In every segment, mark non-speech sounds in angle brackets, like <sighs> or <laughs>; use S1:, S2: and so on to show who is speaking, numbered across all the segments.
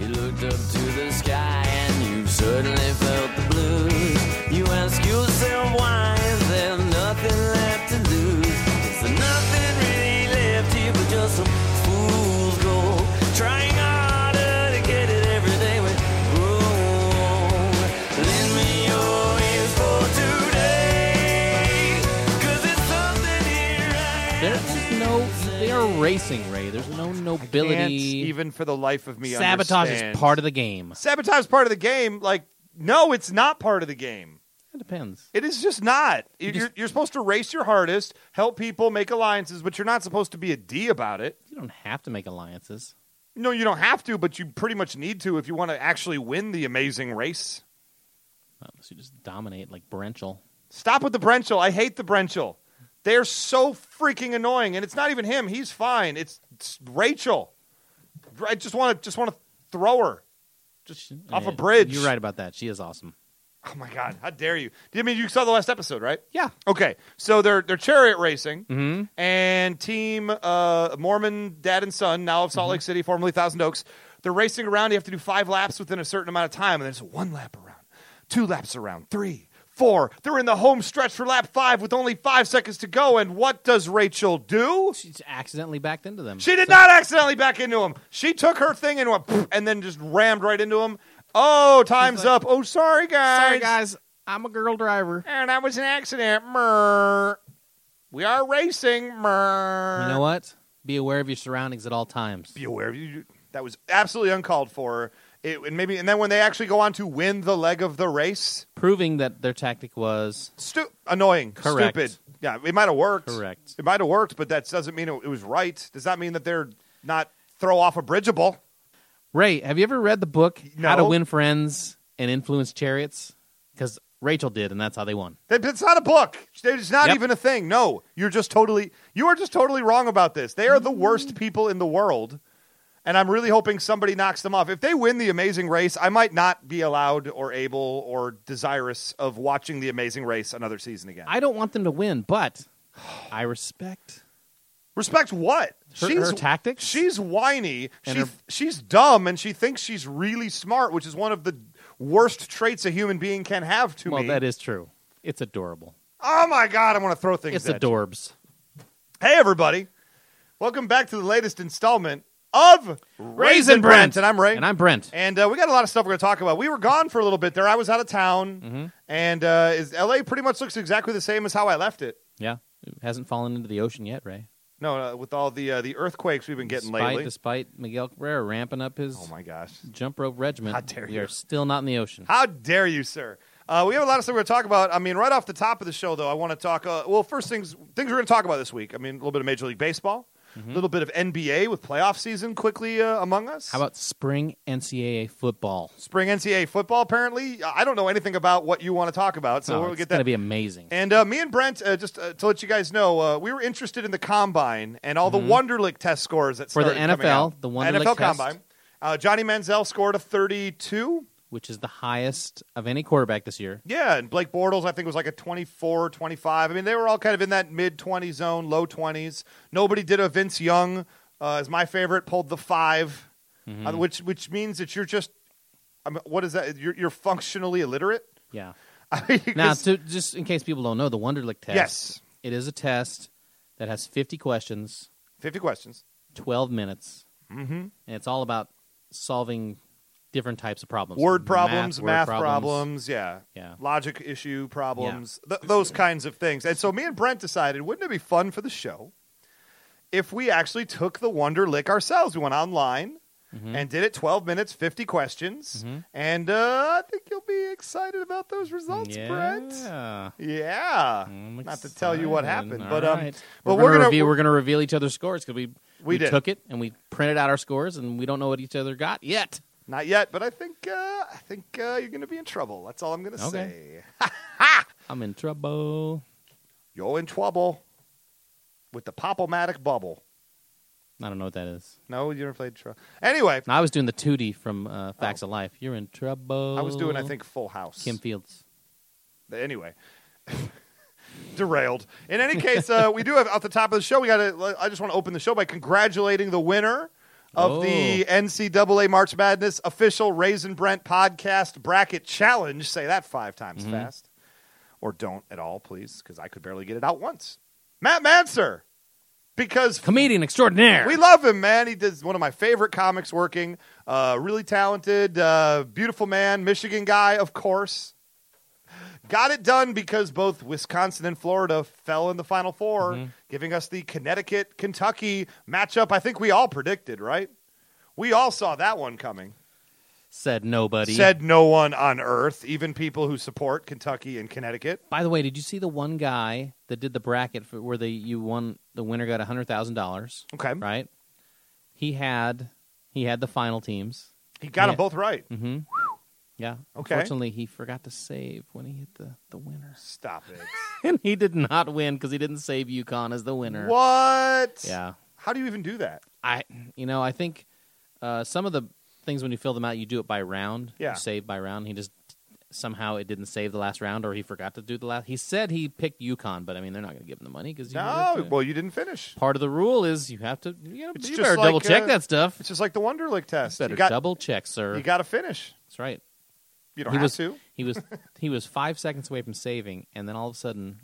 S1: looked up to the sky and you've certainly felt the blues. You ask yourself why is there nothing left to lose? Is there nothing really left here but just some fool's gold? Trying harder to get it every day we grow old. Lend me your ears for today, 'cause it's something here I
S2: There's just no. They are racing, Ray. There's no nobility.
S3: Can't even for the life of me
S2: Sabotage
S3: understand.
S2: is part of the game.
S3: sabotage is part of the game. Like, no, it's not part of the game.
S2: It depends.
S3: It is just not. You are
S2: just-
S3: you're supposed to race your hardest, help people, make alliances, but you're not supposed to be a D about it.
S2: You don't have to make alliances.
S3: No, you don't have to, but you pretty much need to if you want to actually win the amazing race.
S2: Unless you just dominate like Brenchel.
S3: Stop with the Brenchel. I hate the Brenchel. They're so freaking annoying, and it's not even him. He's fine. It's, it's Rachel. I just want to just want to throw her.
S2: Just eh,
S3: off a bridge.
S2: You're right about that. She is awesome.
S3: Oh my god! How dare you? I mean, you saw the last episode, right?
S2: Yeah.
S3: Okay, so they're they're chariot racing,
S2: hmm
S3: and team uh, Mormon dad and son, now of Salt Lake City, formerly Thousand Oaks, they're racing around. You have to do five laps within a certain amount of time, and there's one lap around, two laps around, three, four. They're in the home stretch for lap five with only five seconds to go, and what does Rachel do?
S2: She just accidentally backed into them.
S3: She did not accidentally back into him. She took her thing and went, "Pff," and then just rammed right into him. Oh, time's
S2: like,
S3: up. Oh, sorry guys.
S2: Sorry, guys. I'm a girl driver.
S3: And that was an accident. Mer. We are racing. Mer.
S2: You know what? Be aware of your surroundings at all times.
S3: be aware of you. That was absolutely uncalled for. It, and maybe, and then when they actually go on to win the leg of the race,
S2: Proving that their tactic was
S3: stu- annoying,
S2: Correct.
S3: stupid. Yeah, it might have worked.
S2: Correct.
S3: It might have worked, but that doesn't mean it, it was right. Does not mean that they're not throw off a bridgeable.
S2: Ray, have you ever read the book How to
S3: No.
S2: Win Friends and Influence Chariots? Because Rachel did, and that's how they won.
S3: That- It's not a book. It's not
S2: Yep.
S3: even a thing. No, you're just totally you are just totally wrong about this. They are the worst people in the world, and I'm really hoping somebody knocks them off. If they win the Amazing Race, I might not be allowed or able or desirous of watching the Amazing Race another season again.
S2: I don't want them to win, but I respect
S3: Respect what?
S2: her, her tactics.
S3: She's whiny.
S2: And
S3: She,
S2: her-
S3: she's dumb, and she thinks she's really smart, which is one of the worst traits a human being can have. To
S2: well,
S3: me,
S2: that is true. It's adorable.
S3: oh my god, I want to throw things.
S2: It's
S3: at you.
S2: adorbs.
S3: Hey, everybody. Welcome back to the latest installment of Raisin Brent. And I'm Ray.
S2: And I'm Brent.
S3: And, uh, we got a lot of stuff we're going to talk about. We were gone for a little bit there. I was out of town.
S2: Mm-hmm.
S3: And uh, is, LA pretty much looks exactly the same as how I left it.
S2: Yeah, it hasn't fallen into the ocean yet, Ray.
S3: No, uh, with all the uh, the earthquakes we've been getting
S2: despite,
S3: lately.
S2: despite Miguel Cabrera ramping up his
S3: Oh, my gosh.
S2: jump rope regiment,
S3: How dare
S2: we
S3: you.
S2: are still not in the ocean.
S3: How dare you, sir? Uh, we have a lot of stuff we're going to talk about. I mean, right off the top of the show, though, I want to talk. Uh, well, first things things we're going to talk about this week. I mean, a little bit of Major League Baseball,
S2: Mm-hmm.
S3: a little bit of NBA with playoff season quickly uh, among us.
S2: How about spring NCAA football?
S3: spring NCAA football. Apparently, I don't know anything about what you want to talk about, so
S2: Oh,
S3: we'll
S2: it's
S3: get
S2: going
S3: that.
S2: to be amazing.
S3: and uh, me and Brent, uh, just uh, to let you guys know, uh, we were interested in the combine and all the Wonderlic test scores that
S2: Mm-hmm. For the
S3: started coming
S2: NFL,
S3: out.
S2: the Wonderlic
S3: NFL
S2: test.
S3: combine. Uh, Johnny Manziel scored a 32.
S2: which is the highest of any quarterback this year.
S3: Yeah, and Blake Bortles, I think, was like a 24, 25. I mean, they were all kind of in that mid 20 zone, low 20s. Nobody did a Vince Young, uh, is my favorite, pulled the 5
S2: Mm-hmm.
S3: uh, which which means that you're just, I mean, what is that? You're, you're functionally illiterate.
S2: Yeah.
S3: <laughs> I mean,
S2: Now,
S3: 'cause-
S2: to, just in case people don't know, the Wonderlic test.
S3: Yes.
S2: It is a test that has 50 questions,
S3: 50 questions.
S2: 12 minutes,
S3: Mm-hmm.
S2: and it's all about solving different types of problems.
S3: Word problems,
S2: word
S3: math, problems. yeah.
S2: Yeah.
S3: Logic issue problems, th- those kinds of things. And so me and Brent decided, wouldn't it be fun for the show if we actually took the Wonder Lick ourselves? We went online
S2: Mm-hmm.
S3: and did it 12 minutes, 50 questions.
S2: Mhm.
S3: And uh, I think you'll be excited about those results, Brent.
S2: Yeah.
S3: Yeah.
S2: I'm
S3: Not to tell you what happened,
S2: excited.
S3: but,
S2: All
S3: um,
S2: right.
S3: but
S2: we're,
S3: we're
S2: gonna
S3: gonna-
S2: review, we're gonna reveal each other's scores because we
S3: We did.
S2: took it and we printed out our scores and we don't know what each other got yet.
S3: Not yet, but I think uh, I think uh, you're going to be in trouble. That's all I'm going to
S2: Okay.
S3: say.
S2: I'm in trouble.
S3: You're in trouble with the Popomatic bubble.
S2: I don't know what that is.
S3: No, you never played Tro. Anyway,
S2: No, I was doing the 2D from uh, Facts of Life. You're in trouble.
S3: Oh. I was doing, I think, Full House.
S2: Kim Fields.
S3: anyway, <laughs> derailed. In any case, uh, we do have at the top of the show. We got. to I just want to open the show by congratulating the winner of
S2: Oh.
S3: the NCAA March Madness official Raisin Brent podcast bracket challenge. Say that five times fast. Or don't at all, please, because I could barely get it out once. Matt Manser, because
S2: Comedian extraordinaire.
S3: we love him, man. He does one of my favorite comics working. Uh, really talented, uh, beautiful man, Michigan guy, of course. Got it done because both Wisconsin and Florida fell in the Final 4
S2: Mm-hmm.
S3: giving us the Connecticut Kentucky matchup. I think we all predicted, right? We all saw that one coming.
S2: Said nobody.
S3: Said no one on earth, even people who support Kentucky and Connecticut.
S2: By the way, did you see the one guy that did the bracket for where the you won the winner got hundred thousand dollars?
S3: Okay,
S2: Right. He had he had the final teams.
S3: he got
S2: Yeah.
S3: them both right.
S2: Mm-hmm. Yeah.
S3: Okay.
S2: Unfortunately, he forgot to save when he hit the the winners,
S3: Stop it.
S2: <laughs> and he did not win because he didn't save UConn as the winner.
S3: what?
S2: Yeah.
S3: How do you even do that?
S2: I you know I think uh, some of the things when you fill them out you do it by round.
S3: Yeah.
S2: You save by round. He just somehow it didn't save the last round or he forgot to do the last. He said he picked UConn, but I mean they're not going to give him the money because
S3: No, Oh, well, you didn't finish.
S2: part of the rule is you have to you, gotta,
S3: It's
S2: you
S3: just
S2: better
S3: like,
S2: double check
S3: uh,
S2: that stuff.
S3: It's just like the Wonderlick test.
S2: better
S3: you got
S2: double check, sir.
S3: you got to finish.
S2: That's right.
S3: You don't
S2: He
S3: have
S2: was- <laughs>
S3: to.
S2: He
S3: <laughs>
S2: was he was five seconds away from saving, and then all of a sudden,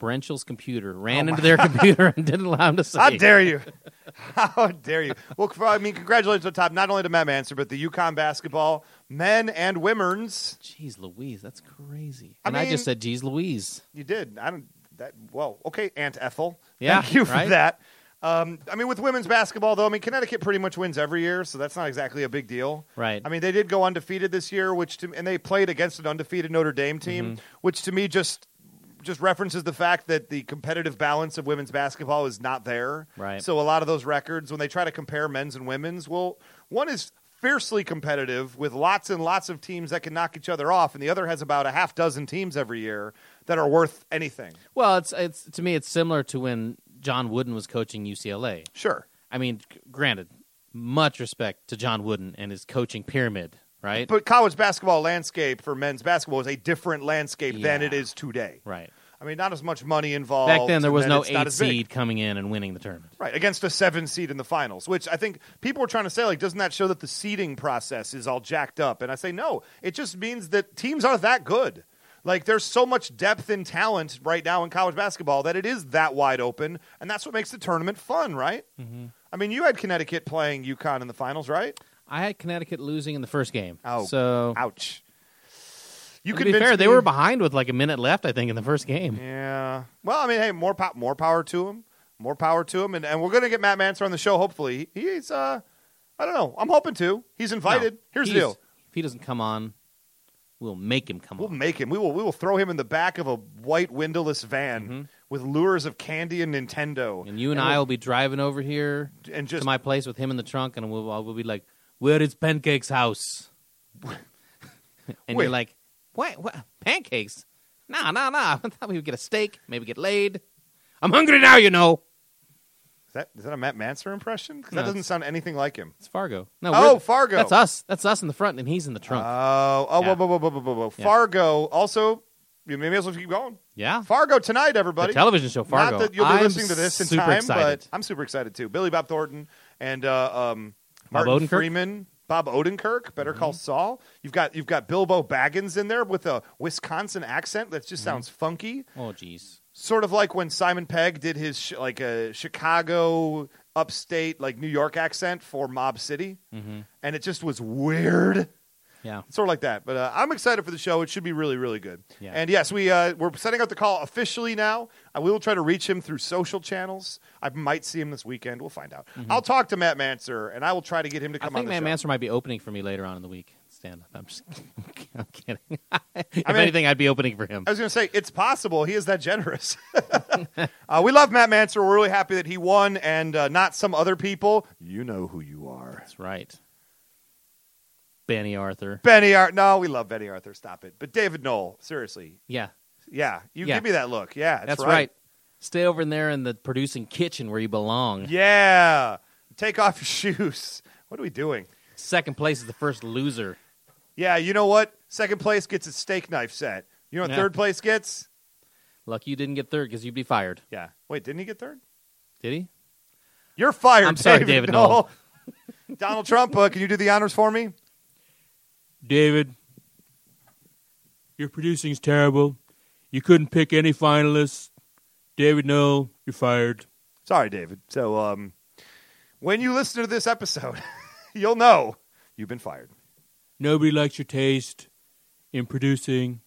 S2: Brenchell's computer ran into
S3: <laughs>
S2: their computer and didn't allow him to save.
S3: Oh, How dare you? <laughs> How dare you? Well, c- I mean, congratulations on top not only to Matt Manser but the UConn basketball men and women's.
S2: Jeez Louise, that's crazy.
S3: I
S2: And I, just
S3: mean-
S2: said, "Jeez Louise."
S3: You did. I don't. That well, okay, Aunt Ethel.
S2: Yeah,
S3: thank you for
S2: right?
S3: that. Um, I mean, with women's basketball though, I mean, Connecticut pretty much wins every year, so that's not exactly a big deal.
S2: Right.
S3: I mean, they did go undefeated this year, which to, and they played against an undefeated Notre Dame
S2: Mm-hmm.
S3: team, which to me just just references the fact that the competitive balance of women's basketball is not there.
S2: Right.
S3: So a lot of those records, when they try to compare men's and women's, well, one is fiercely competitive with lots and lots of teams that can knock each other off, and the other has about a half dozen teams every year that are worth anything.
S2: Well, it's it's to me, it's similar to when John Wooden was coaching UCLA.
S3: Sure.
S2: I mean, g- granted, much respect to John Wooden and his coaching pyramid, right?
S3: But college basketball landscape for men's basketball is a different landscape than
S2: Yeah.
S3: it is today.
S2: right.
S3: I mean, not as much money involved.
S2: Back then, there
S3: and
S2: was no
S3: Oh, it's not
S2: eight
S3: as big.
S2: seed coming in and winning the tournament.
S3: Right, against a seven seed in the finals, which I think people were trying to say, like, doesn't that show that the seeding process is all jacked up? And I say, no, it just means that teams are that good. Like, there's so much depth and talent right now in college basketball that it is that wide open. And that's what makes the tournament fun, right?
S2: Mm-hmm.
S3: I mean, you had Connecticut playing UConn in the finals, right?
S2: I had Connecticut losing in the first game.
S3: Oh,
S2: so
S3: ouch. You
S2: to be
S3: convinced
S2: fair, they
S3: me-
S2: were behind with like a minute left, I think, in the first game.
S3: Yeah. Well, I mean, hey, more po- more power to him. More power to him, and, and we're gonna get Matt Manser on the show. Hopefully, He- he's uh, I don't know. I'm hoping to. He's invited.
S2: No,
S3: Here's the
S2: he's-
S3: deal:
S2: If he doesn't come on, we'll make him come
S3: we'll
S2: on.
S3: make him. We will. We will throw him in the back of a white windowless van with lures of candy and Nintendo,
S2: Mm-hmm. And you and, I will be driving over here
S3: we'll- and just
S2: to my place with him in the trunk, and we'll, we'll be like, "Where is Pancake's house?" <laughs> and
S3: Wait.
S2: you're like, "What? what? Pancakes? Nah, nah, nah. <laughs> I thought we would get a steak, maybe get laid. I'm hungry now, you know."
S3: is that is that a Matt Manser impression? Because that
S2: No,
S3: doesn't sound anything like him.
S2: It's Fargo. No,
S3: Oh,
S2: we're-
S3: Fargo.
S2: That's us. That's us in the front, and he's in the trunk.
S3: Oh, oh,
S2: Yeah.
S3: whoa, whoa, whoa, whoa, whoa, whoa.
S2: Yeah.
S3: Fargo. Also, you may as well keep going.
S2: yeah,
S3: Fargo tonight,
S2: the
S3: everybody.
S2: television show Fargo.
S3: Not that you'll be
S2: I'm
S3: listening to this in
S2: super
S3: time,
S2: excited.
S3: but I'm super excited too. Billy Bob Thornton and uh, um,
S2: Bob
S3: Martin
S2: Odenkirk? Mm-hmm.
S3: Freeman, Bob Odenkirk, Better Call Saul. You've got you've got Bilbo Baggins in there with a Wisconsin accent that
S2: Mm-hmm.
S3: just sounds funky,
S2: oh, jeez.
S3: sort of like when Simon Pegg did his sh- like a Chicago upstate like New York accent for Mob City,
S2: Mm-hmm.
S3: and it just was weird
S2: Yeah.
S3: sort of like that. But uh, I'm excited for the show. It should be really, really good.
S2: Yeah.
S3: And yes, we uh, we're setting out the call officially now. Uh, we will try to reach him through social channels. I might see him this weekend. We'll find out. I'll talk to Matt Manser, and I will try to get him to
S2: Mm-hmm. I
S3: come
S2: think
S3: on the
S2: Matt
S3: show.
S2: Manser might be opening for me later on in the week. Stand up. I'm just <laughs> I'm kidding. if
S3: mean-
S2: anything, I'd be opening for him.
S3: I was going to say it's possible he is that
S2: <laughs>
S3: generous. <laughs> uh, we love Matt Manser. We're really happy that he won, and uh, not some other people. You know who you are.
S2: That's right. Benny Arthur.
S3: Benny Arthur. No, we love Benny Arthur. Stop it. But David Knoll, seriously.
S2: Yeah,
S3: Yeah. You
S2: Yeah.
S3: give me that look. Yeah.
S2: that's, right. Stay over in there in the producing kitchen where you belong.
S3: Yeah. Take off your <laughs> shoes. What are we doing?
S2: Second place is the first loser.
S3: Yeah, you know what? Second place gets a steak knife set. You know what
S2: Yeah.
S3: third place gets?
S2: Lucky you didn't get third because you'd be fired.
S3: Yeah. Wait, didn't he get third?
S2: Did he?
S3: You're fired.
S2: I'm sorry, David Knoll.
S3: <laughs> Donald Trump, uh, can you do the honors for me?
S4: David, your producing's terrible. You couldn't pick any finalists. David, no, you're fired.
S3: Sorry, David. So, um, when you listen to this episode, <laughs> you'll know you've been fired.
S4: Nobody likes your taste in producing.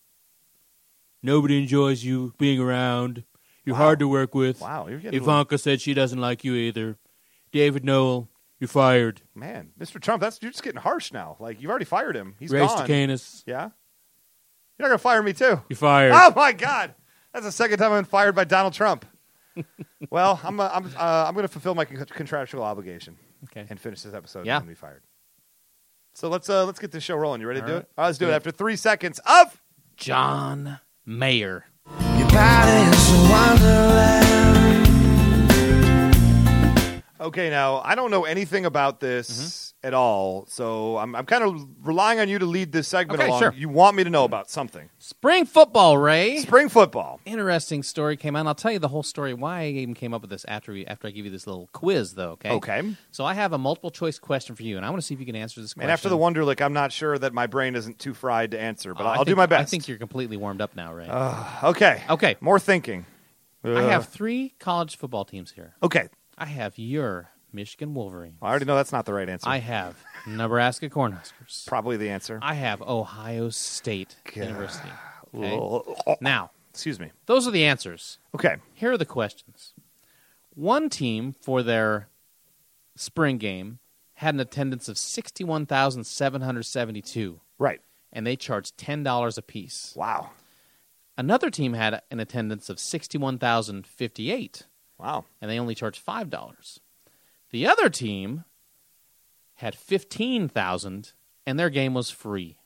S4: Nobody enjoys you being around. You're
S3: Wow.
S4: hard to work with.
S3: Wow, you're getting a little-
S4: Ivanka said she doesn't like you either. David Noel, you're fired.
S3: man, Mr. Trump. That's you're just getting harsh now. Like you've already fired him. He's
S4: Race
S3: gone.
S4: to Canis,
S3: Yeah, you're not gonna fire me too.
S4: you're fired.
S3: Oh my God, that's the second time I've been fired by
S2: <laughs>
S3: Donald Trump. well, I'm uh, I'm uh, I'm gonna fulfill my con- contractual obligation
S2: Okay.
S3: and finish this episode.
S2: Yeah.
S3: and be fired. So let's uh, let's get this show rolling. You ready to
S2: All
S3: do
S2: right.
S3: it? All right, let's do it after three seconds of.
S2: John Mayer.
S1: Your body is a wonderland.
S3: Okay, now I don't know anything about this
S2: Mm-hmm.
S3: at all, so I'm, I'm kind of relying on you to lead this segment
S2: Okay,
S3: along.
S2: sure.
S3: You want me to know about something?
S2: Spring football, Ray.
S3: Spring football.
S2: Interesting story came out. And I'll tell you the whole story why I even came up with this after we, after I give you this little quiz, though. Okay.
S3: Okay.
S2: So I have a multiple choice question for you, and I want to see if you can answer this question.
S3: And after the Wonderlick, I'm not sure that my brain isn't too fried to answer, but
S2: Oh, I
S3: I'll do
S2: think-
S3: my best. Uh,
S2: I think you're completely warmed up now, Ray.
S3: okay.
S2: Okay.
S3: More thinking.
S2: I
S3: Ugh.
S2: have three college football teams here.
S3: Okay.
S2: I have your Michigan Wolverines.
S3: I already know that's not the right answer.
S2: I have Nebraska Cornhuskers.
S3: Probably the answer.
S2: I have Ohio State University. Okay?
S3: Ugh.
S2: Now,
S3: Excuse me.
S2: those are the answers.
S3: Okay.
S2: Here are the questions. One team for their spring game had an attendance of 61,772
S3: Right.
S2: and they charged $10 apiece.
S3: Wow.
S2: Another team had an attendance of 61,058
S3: Wow.
S2: and they only charged $5. The other team had 15,000 and their game was free.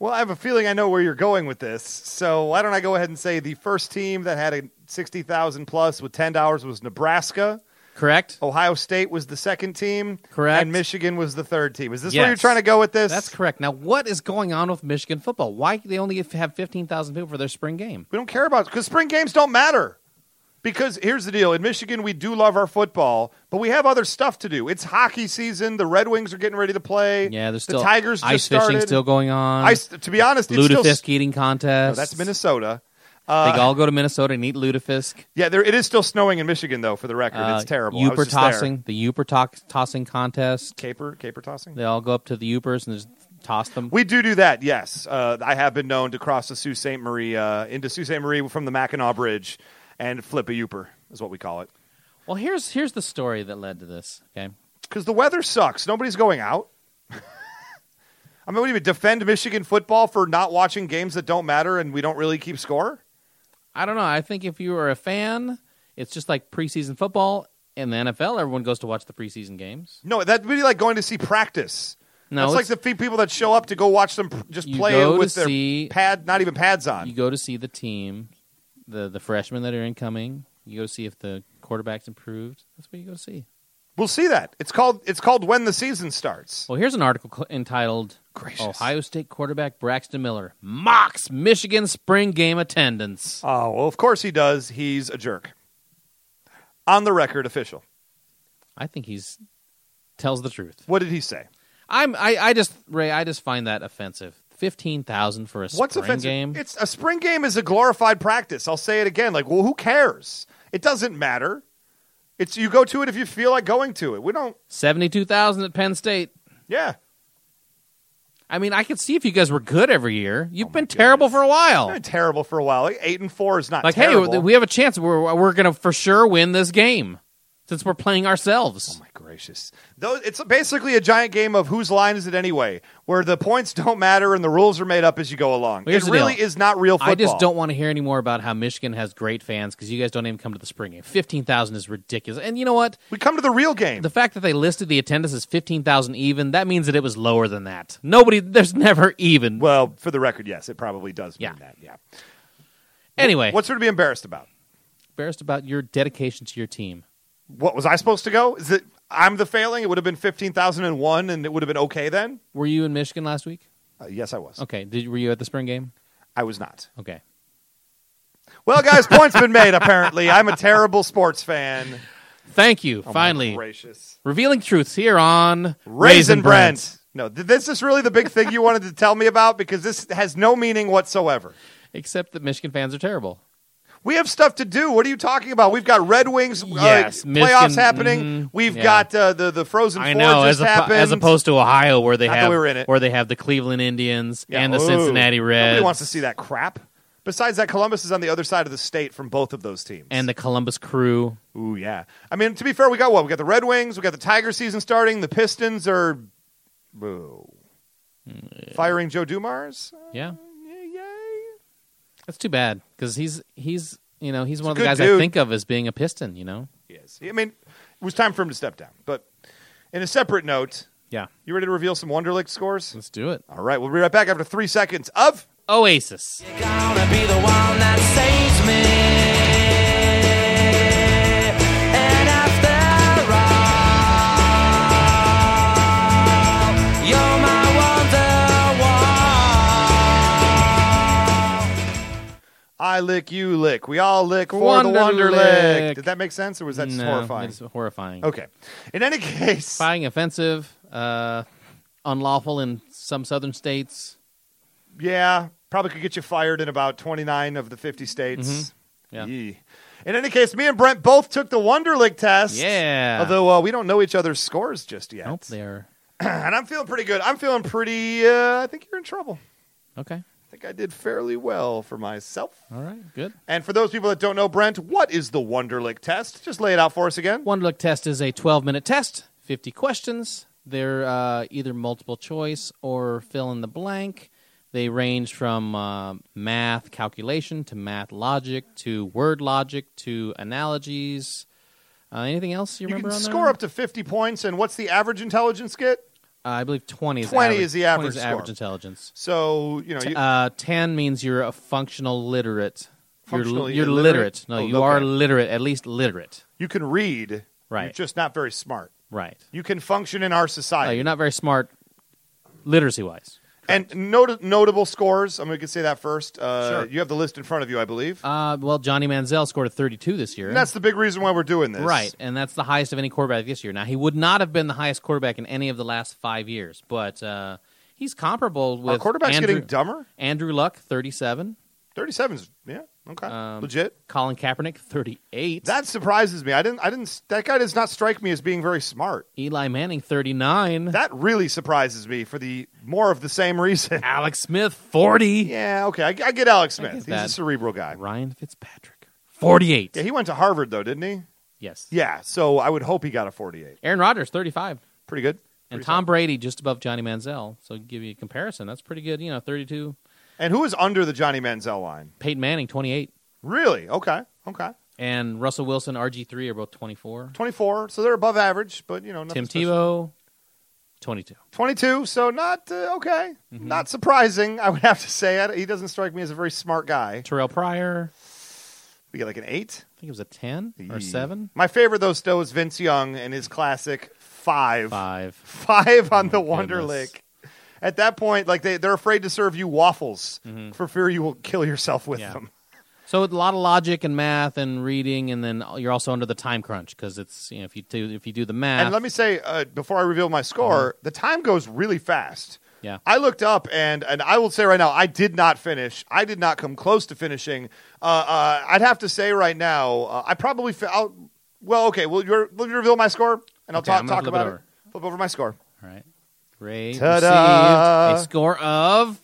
S3: Well, I have a feeling I know where you're going with this. So why don't I go ahead and say the first team that had a 60,000 plus with $10 was Nebraska.
S2: Correct?
S3: Ohio State was the second team.
S2: Correct.
S3: Oh, And Michigan was the third team. Is this
S2: Yes.
S3: where you're trying to go with this?
S2: That's correct. Now, what is going on with Michigan football? Why do they only have 15,000 people for their spring game?
S3: We don't care about because spring games don't matter. Because here's the deal: in Michigan, we do love our football, but we have other stuff to do. It's hockey season. The Red Wings are getting ready to play.
S2: Yeah, there's
S3: the
S2: still
S3: Tigers. Just
S2: ice
S3: started.
S2: fishing still going on.
S3: Ice. To be honest, it's still,
S2: lutefisk eating
S3: No,
S2: contest.
S3: that's Minnesota.
S2: they all go to Minnesota and eat lutefisk.
S3: Yeah, there. It is still snowing in Michigan, though. For the record,
S2: Uh,
S3: it's terrible. I was
S2: Uper
S3: just there.
S2: tossing, the Uper to- tossing contest.
S3: caper, caper tossing.
S2: They all go up to the Upers and just toss them.
S3: We do do that, yes. Uh, I have been known to cross the Sault Ste. Marie uh, into Sault Ste. Marie from the Mackinac Bridge and flip a Uper, is what we call it.
S2: well, here's here's the story that led to this. Okay,
S3: because the weather sucks. Nobody's going out. <laughs> I mean, what do you mean, defend Michigan football for not watching games that don't matter and we don't really keep score?
S2: I don't know. I think if you are a fan, it's just like preseason football in the NFL. Everyone goes to watch the preseason games.
S3: No, that'd be like going to see practice.
S2: No,
S3: That's like
S2: it's-
S3: the few people that show up to go watch them pr- just
S2: You
S3: play
S2: go to
S3: with their
S2: see-
S3: pad, not even pads on.
S2: You go to see the team, the the freshmen that are incoming. You go see if the quarterback's improved. That's what you go to see.
S3: we'll see that. It's called it's called when the season starts.
S2: Well, here's an article cl- entitled
S3: Gracious.
S2: Ohio State quarterback Braxton Miller mocks Michigan spring game attendance.
S3: Oh well, of course he does. He's a jerk. On the record, official.
S2: I think he's tells the truth.
S3: What did he say?
S2: I'm I, I just Ray, I just find that offensive. 15,000 for a spring
S3: What's offensive?
S2: game.
S3: It's a spring game is a glorified practice. I'll say it again. Like, well, who cares? It doesn't matter. It's you go to it if you feel like going to it. We don't.
S2: 72,000 at Penn State.
S3: Yeah,
S2: I mean, I could see if you guys were good every year.
S3: Oh
S2: You've been terrible for a while.
S3: Been terrible for a while. Like, eight and four is not
S2: Like,
S3: terrible.
S2: hey, we have a chance. We're we're going to for sure win this game since we're playing ourselves.
S3: Oh my gracious! Though it's basically a giant game of whose line is it anyway, where the points <laughs> don't matter and the rules are made up as you go along.
S2: Well, here's
S3: it
S2: the
S3: really
S2: deal.
S3: is not real Oh football.
S2: I just don't want to hear any more about how Michigan has great fans because you guys don't even come to the spring game. Fifteen thousand is ridiculous, and you know what?
S3: We come to the real game.
S2: The fact that they listed the attendance as fifteen thousand even that means that it was lower than that. Nobody, there's never even.
S3: well, for the record, yes, it probably does mean
S2: Yeah.
S3: that. Yeah.
S2: anyway,
S3: What's there to be embarrassed about?
S2: embarrassed about your dedication to your team?
S3: What was I supposed to go? Is it I'm the failing? It would have been fifteen thousand and one, and it would have been okay then.
S2: Were you in Michigan last week?
S3: Uh, yes, I was.
S2: Okay, did were you at the spring game?
S3: I was not.
S2: Okay,
S3: Well, guys, point's been made. Apparently, I'm a terrible sports fan.
S2: Thank you.
S3: Oh, my
S2: Finally,
S3: gracious.
S2: revealing truths here on
S3: Raisin
S2: Brent.
S3: Brent. No, th- this is really the big thing you wanted to tell me about because this has no meaning whatsoever.
S2: Except that Michigan fans are terrible.
S3: We have stuff to do. What are you talking about? We've got Red Wings uh,
S2: Yes,
S3: playoffs
S2: Michigan-
S3: happening.
S2: mhm,
S3: We've
S2: yeah.
S3: got uh, the the Frozen
S2: I
S3: Four
S2: know, as,
S3: just
S2: oppo-
S3: happened.
S2: as opposed to Ohio, where they
S3: Not that
S2: have
S3: we were in it.
S2: where they have the Cleveland Indians
S3: Yeah,
S2: and the
S3: ooh.
S2: Cincinnati Reds
S3: Nobody wants to see that crap. Besides that, Columbus is on the other side of the state from both of those teams.
S2: and the Columbus Crew.
S3: ooh yeah, I mean to be fair, we got what? We got the Red Wings. We got the Tiger season starting. The Pistons are, boo, firing Joe Dumars. Um,
S2: Yeah,
S3: Yay!
S2: that's too bad because he's he's you know he's one of the
S3: good
S2: guys I
S3: dude.
S2: think of as being a Piston. You know.
S3: Yes, I mean it was time for him to step down. But in a separate note,
S2: Yeah.
S3: you ready to reveal some Wonderlic scores?
S2: Let's do it.
S3: All right, we'll be right back after three seconds of.
S2: Oasis.
S1: Gonna be the one that saves me. And after all, you're my wonderwall.
S3: I lick, you lick. We all lick for the
S2: Wonderlick.
S3: Wonderlic. Did that make sense, or was that just
S2: No,
S3: horrifying?
S2: It's horrifying.
S3: Okay. In any <laughs> case,
S2: Horrifying, offensive, uh, unlawful in some southern states.
S3: yeah, probably could get you fired in about 29 of the 50 states.
S2: Mm-hmm. Yeah.
S3: Yee. In any case, me and Brent both took the Wonderlic test.
S2: Yeah.
S3: Although uh, we don't know each other's scores just yet.
S2: Nope,
S3: <laughs>
S2: they're
S3: And I'm feeling pretty good. I'm feeling pretty, uh, I think you're in trouble.
S2: okay.
S3: I think I did fairly well for myself.
S2: All right, good.
S3: And for those people that don't know, Brent, what is the Wonderlic test? Just lay it out for us again.
S2: One look test is a 12 minute test, 50 questions. They're uh, either multiple choice or fill in the blank. They range from uh, math calculation to math logic to word logic to analogies. Uh, anything else you,
S3: You
S2: remember
S3: can
S2: on there?
S3: score up to 50 points, and what's the average intelligence get?
S2: Uh, I believe 20 is
S3: 20
S2: average,
S3: is the
S2: 20
S3: average score.
S2: average intelligence.
S3: So, you know, you,
S2: uh, tan means you're a functional literate. you're
S3: Functionally
S2: you're
S3: illiterate?
S2: literate. No,
S3: Oh,
S2: you
S3: okay.
S2: are literate, at least literate.
S3: you can read,
S2: Right.
S3: you're just not very smart.
S2: Right.
S3: You can function in our
S2: No,
S3: society.
S2: you're not very smart literacy wise.
S3: and not- notable scores, I'm going to say that first. Uh,
S2: Sure.
S3: You have the list in front of you, I believe.
S2: Uh, well, Johnny Manziel scored a 32 this year.
S3: and that's the big reason why we're doing this.
S2: right, and that's the highest of any quarterback this year. Now, he would not have been the highest quarterback in any of the last five years, but uh, he's comparable with
S3: Our quarterback's
S2: Andrew,
S3: getting dumber.
S2: Andrew Luck, 37.
S3: 37's, yeah, okay.
S2: Um,
S3: Legit.
S2: Colin Kaepernick, 38.
S3: That surprises me. I didn't, I didn't, that guy does not strike me as being very smart.
S2: Eli Manning, 39.
S3: That really surprises me for the more of the
S2: <laughs>
S3: same reason.
S2: Alex Smith, 40.
S3: yeah, okay. I, I get Alex Smith. He's a
S2: that.
S3: cerebral guy.
S2: Ryan Fitzpatrick, 48.
S3: Yeah, he went to Harvard, though, didn't he?
S2: yes.
S3: Yeah, so I would hope he got a 48.
S2: Aaron Rodgers, 35.
S3: Pretty good.
S2: And
S3: Pretty
S2: Tom
S3: solid.
S2: Brady just above Johnny Manziel. So give you a comparison. That's pretty good. You know, 32.
S3: And who is under the Johnny Manziel line?
S2: Peyton Manning, 28.
S3: Really? Okay. Okay.
S2: And Russell Wilson, RG3 are both 24.
S3: 24, so they're above average, but you know,
S2: Tim
S3: nothing special.
S2: Tebow, 22.
S3: 22, so not uh, okay.
S2: Mm-hmm.
S3: Not surprising, I would <laughs> have to say. I- He doesn't strike me as a very smart guy.
S2: Terrell Pryor,
S3: We get like an 8
S2: I think it was a 10 or 7.
S3: My favorite though still is Vince Young and his classic 5.
S2: 5.
S3: Five on the
S2: Oh my goodness.
S3: Wonderlic. At that point, like they, they're afraid to serve you waffles for fear you will kill yourself with
S2: Mm-hmm. Yeah.
S3: them.
S2: So a lot of logic and math and reading, and then you're also under the time crunch because it's you know if you do if you do the math,
S3: And let me say, uh, before I reveal my score, the time goes really fast.
S2: Uh-huh. yeah,
S3: I looked up and and I will say right now, I did not finish. I did not come close to finishing. Uh, uh, I'd have to say right now, uh, I probably fi- I'll, well, okay. Will you, will you reveal my score and I'll
S2: Okay,
S3: talk
S2: I'm gonna
S3: talk
S2: flip it
S3: about it.
S2: over.
S3: Flip over my score.
S2: All right. Ray
S3: Ta-da!
S2: received a score of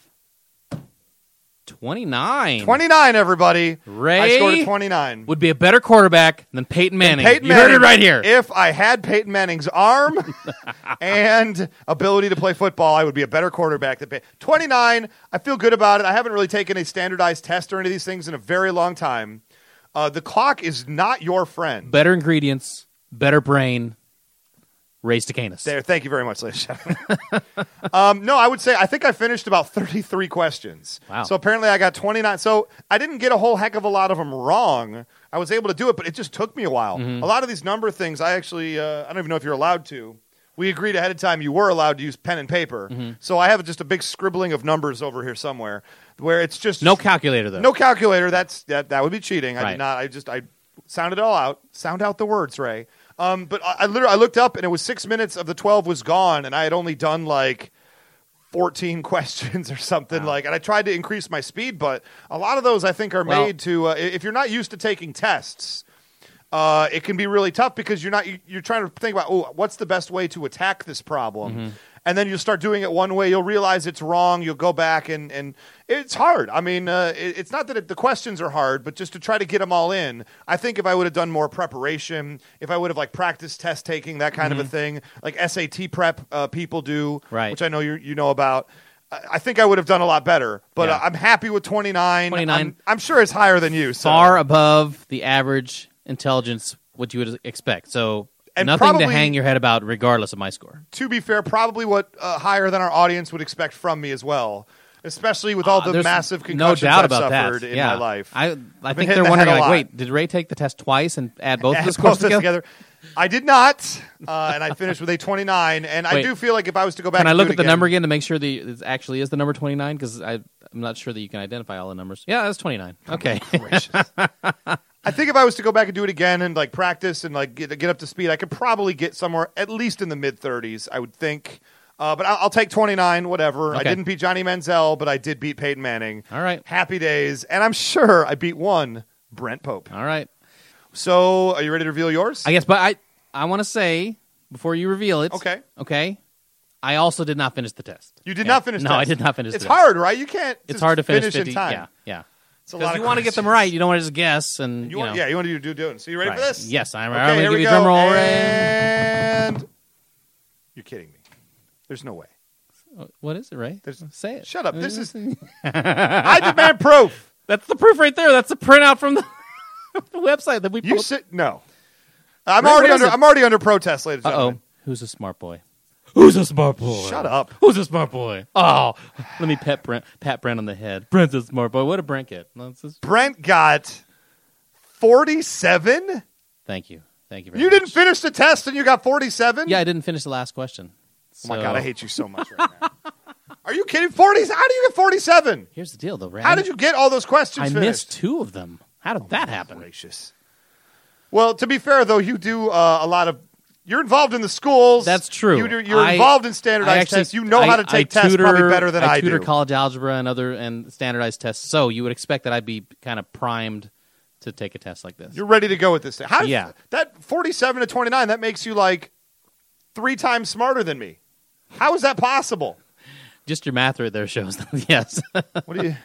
S2: 29.
S3: Twenty nine, everybody. I
S2: Ray
S3: scored a twenty nine.
S2: would be a better quarterback than Peyton Manning.
S3: Peyton
S2: you heard
S3: Manning,
S2: it right here.
S3: If I had Peyton
S2: <laughs>
S3: Manning's arm and ability to play football, I would be a better quarterback than Peyton. 29, I feel good about it. I haven't really taken a standardized test or any of these things in a very long time. Uh, the clock is not your friend.
S2: better ingredients, better brain. Race to Canis.
S3: there, thank you very much, ladies and gentlemen. <laughs> um, no, I would say I think I finished about 33 questions.
S2: Wow.
S3: So apparently I got 29. So I didn't get a whole heck of a lot of them wrong. I was able to do it, but it just took me a while.
S2: Mm-hmm.
S3: A lot of these number things, I actually, uh, I don't even know if you're allowed to. We agreed ahead of time you were allowed to use pen and paper.
S2: Mm-hmm.
S3: So I have just a big scribbling of numbers over here somewhere where it's just
S2: No calculator, though.
S3: no calculator. That's that. That would be cheating. I
S2: Right.
S3: did not. I just I sounded it all out. Sound out the words, Ray. Um, but I, I literally I looked up and it was six minutes of the twelve was gone, and I had only done like fourteen <laughs> questions or something like. And I tried to increase my speed, but a lot of those I think are
S2: Well-
S3: made to uh, i- if you're not used to taking tests. Uh, it can be really tough because you're not you- you're trying to think about oh what's the best way to attack this problem,
S2: Mm-hmm.
S3: and then you start doing it one way. You'll realize it's wrong. You'll go back and and it's hard. I mean, uh, it, it's not that it, the questions are hard, but just to try to get them all in. I think if I would have done more preparation, if I would have like practiced test taking that kind of a thing, like SAT prep uh, people do,
S2: Mm-hmm. Right.
S3: Which I know you you know about. I I think I would have done a lot better, but
S2: Yeah.
S3: uh, I'm happy with 29.
S2: 29.
S3: I'm, I'm sure it's higher than you. So.
S2: far above the average intelligence what you would expect. So
S3: And
S2: nothing to
S3: probably-
S2: hang your head about, regardless of my score.
S3: to be fair, probably what uh, higher than our audience would expect from me as well, especially with all
S2: Uh,
S3: the
S2: there's
S3: massive
S2: no
S3: concussions
S2: doubt
S3: I've
S2: about
S3: suffered
S2: that.
S3: in
S2: yeah.
S3: my life.
S2: I I think
S3: hitting
S2: they're
S3: the
S2: wondering
S3: head a
S2: like,
S3: lot.
S2: wait, did Ray take the test twice and add
S3: <laughs>
S2: both of
S3: And
S2: the scores
S3: both us
S2: together?
S3: I did not, uh, and I finished with a 29. And I
S2: Wait.
S3: do feel like if I was to go back,
S2: Can I
S3: and
S2: look
S3: do
S2: at
S3: it
S2: the
S3: again-
S2: number
S3: <laughs>
S2: again to make sure the it actually is the number twenty nine? Because I'm not sure that you can identify all the numbers. Yeah, that's twenty nine. Okay. <laughs>
S3: I think if I was to go back and do it again and like practice and like get, get up to speed, I could probably get somewhere at least in the mid 30s. I would think. Uh, but I'll, I'll take 29, whatever. I
S2: Okay.
S3: didn't beat Johnny Manziel, but I did beat Peyton Manning.
S2: all right.
S3: Happy days. And I'm sure I beat one, Brent Pope.
S2: All right.
S3: So are you ready to reveal yours?
S2: I guess, but I I want to say before you reveal it.
S3: Okay.
S2: Okay. I also did not finish the test.
S3: You did
S2: Okay.
S3: not finish.
S2: No,
S3: tests.
S2: I did not finish.
S3: It's
S2: the test.
S3: hard, right? You can't.
S2: It's
S3: just
S2: hard to finish, 50,
S3: in time.
S2: Yeah, yeah.
S3: It's a
S2: Because
S3: lot.
S2: you
S3: of
S2: want to get them
S3: questions.
S2: right. You don't want to just guess and
S3: You
S2: you
S3: want,
S2: know.
S3: yeah, you want to do do doing. So you ready for
S2: Right.
S3: this?
S2: Yes, I'm- I'm
S3: Okay,
S2: gonna
S3: here
S2: give
S3: we
S2: you a
S3: go.
S2: drum roll, Ray.
S3: And you're kidding me. There's no way.
S2: What is it, Ray?
S3: There's-
S2: Say it.
S3: Shut up. This
S2: <laughs>
S3: is. I demand proof.
S2: That's the proof right there. That's the printout from the, <laughs> the website that we.
S3: You
S2: pulled.
S3: sit. No. I'm
S2: Ray,
S3: already
S2: what is
S3: under.
S2: it?
S3: I'm already under protest, ladies and
S2: Uh oh.
S3: gentlemen.
S2: Who's a smart boy?
S4: Who's a smart boy?
S3: Shut up.
S4: Who's a smart boy?
S2: Oh, let me pet Brent, pat Brent on the head. Brent's a smart boy. What a Brent kid. That's just-
S3: Brent got 47.
S2: Thank you. Thank you very
S3: You
S2: much.
S3: didn't finish the test, and you got 47.
S2: Yeah, I didn't finish the last question.
S3: Oh my
S2: So-
S3: god, I hate you so much right now. <laughs> Are you kidding? 40? How do you get 47?
S2: Here's the deal, though, Ray.
S3: How did you Oh get all those questions
S2: I
S3: finished?
S2: missed two of them. How did that happen?
S3: Gracious. Well, to be fair though, you do uh, a lot of. You're involved in the schools.
S2: That's true.
S3: You do, you're
S2: I-
S3: involved in
S2: I
S3: standardized
S2: actually-
S3: tests. You know
S2: I-
S3: how to
S2: I
S3: take tests
S2: tutor-
S3: probably better than I,
S2: tutor
S3: do.
S2: college algebra and other and standardized tests, so you would expect that I'd be kind of primed to take a test like this.
S3: You're ready to go with this. thing. How did-
S2: Yeah.
S3: That 47 to 29. That makes you like three times smarter than me. How is that possible?
S2: Just your math right there shows that. <laughs> Yes.
S3: What do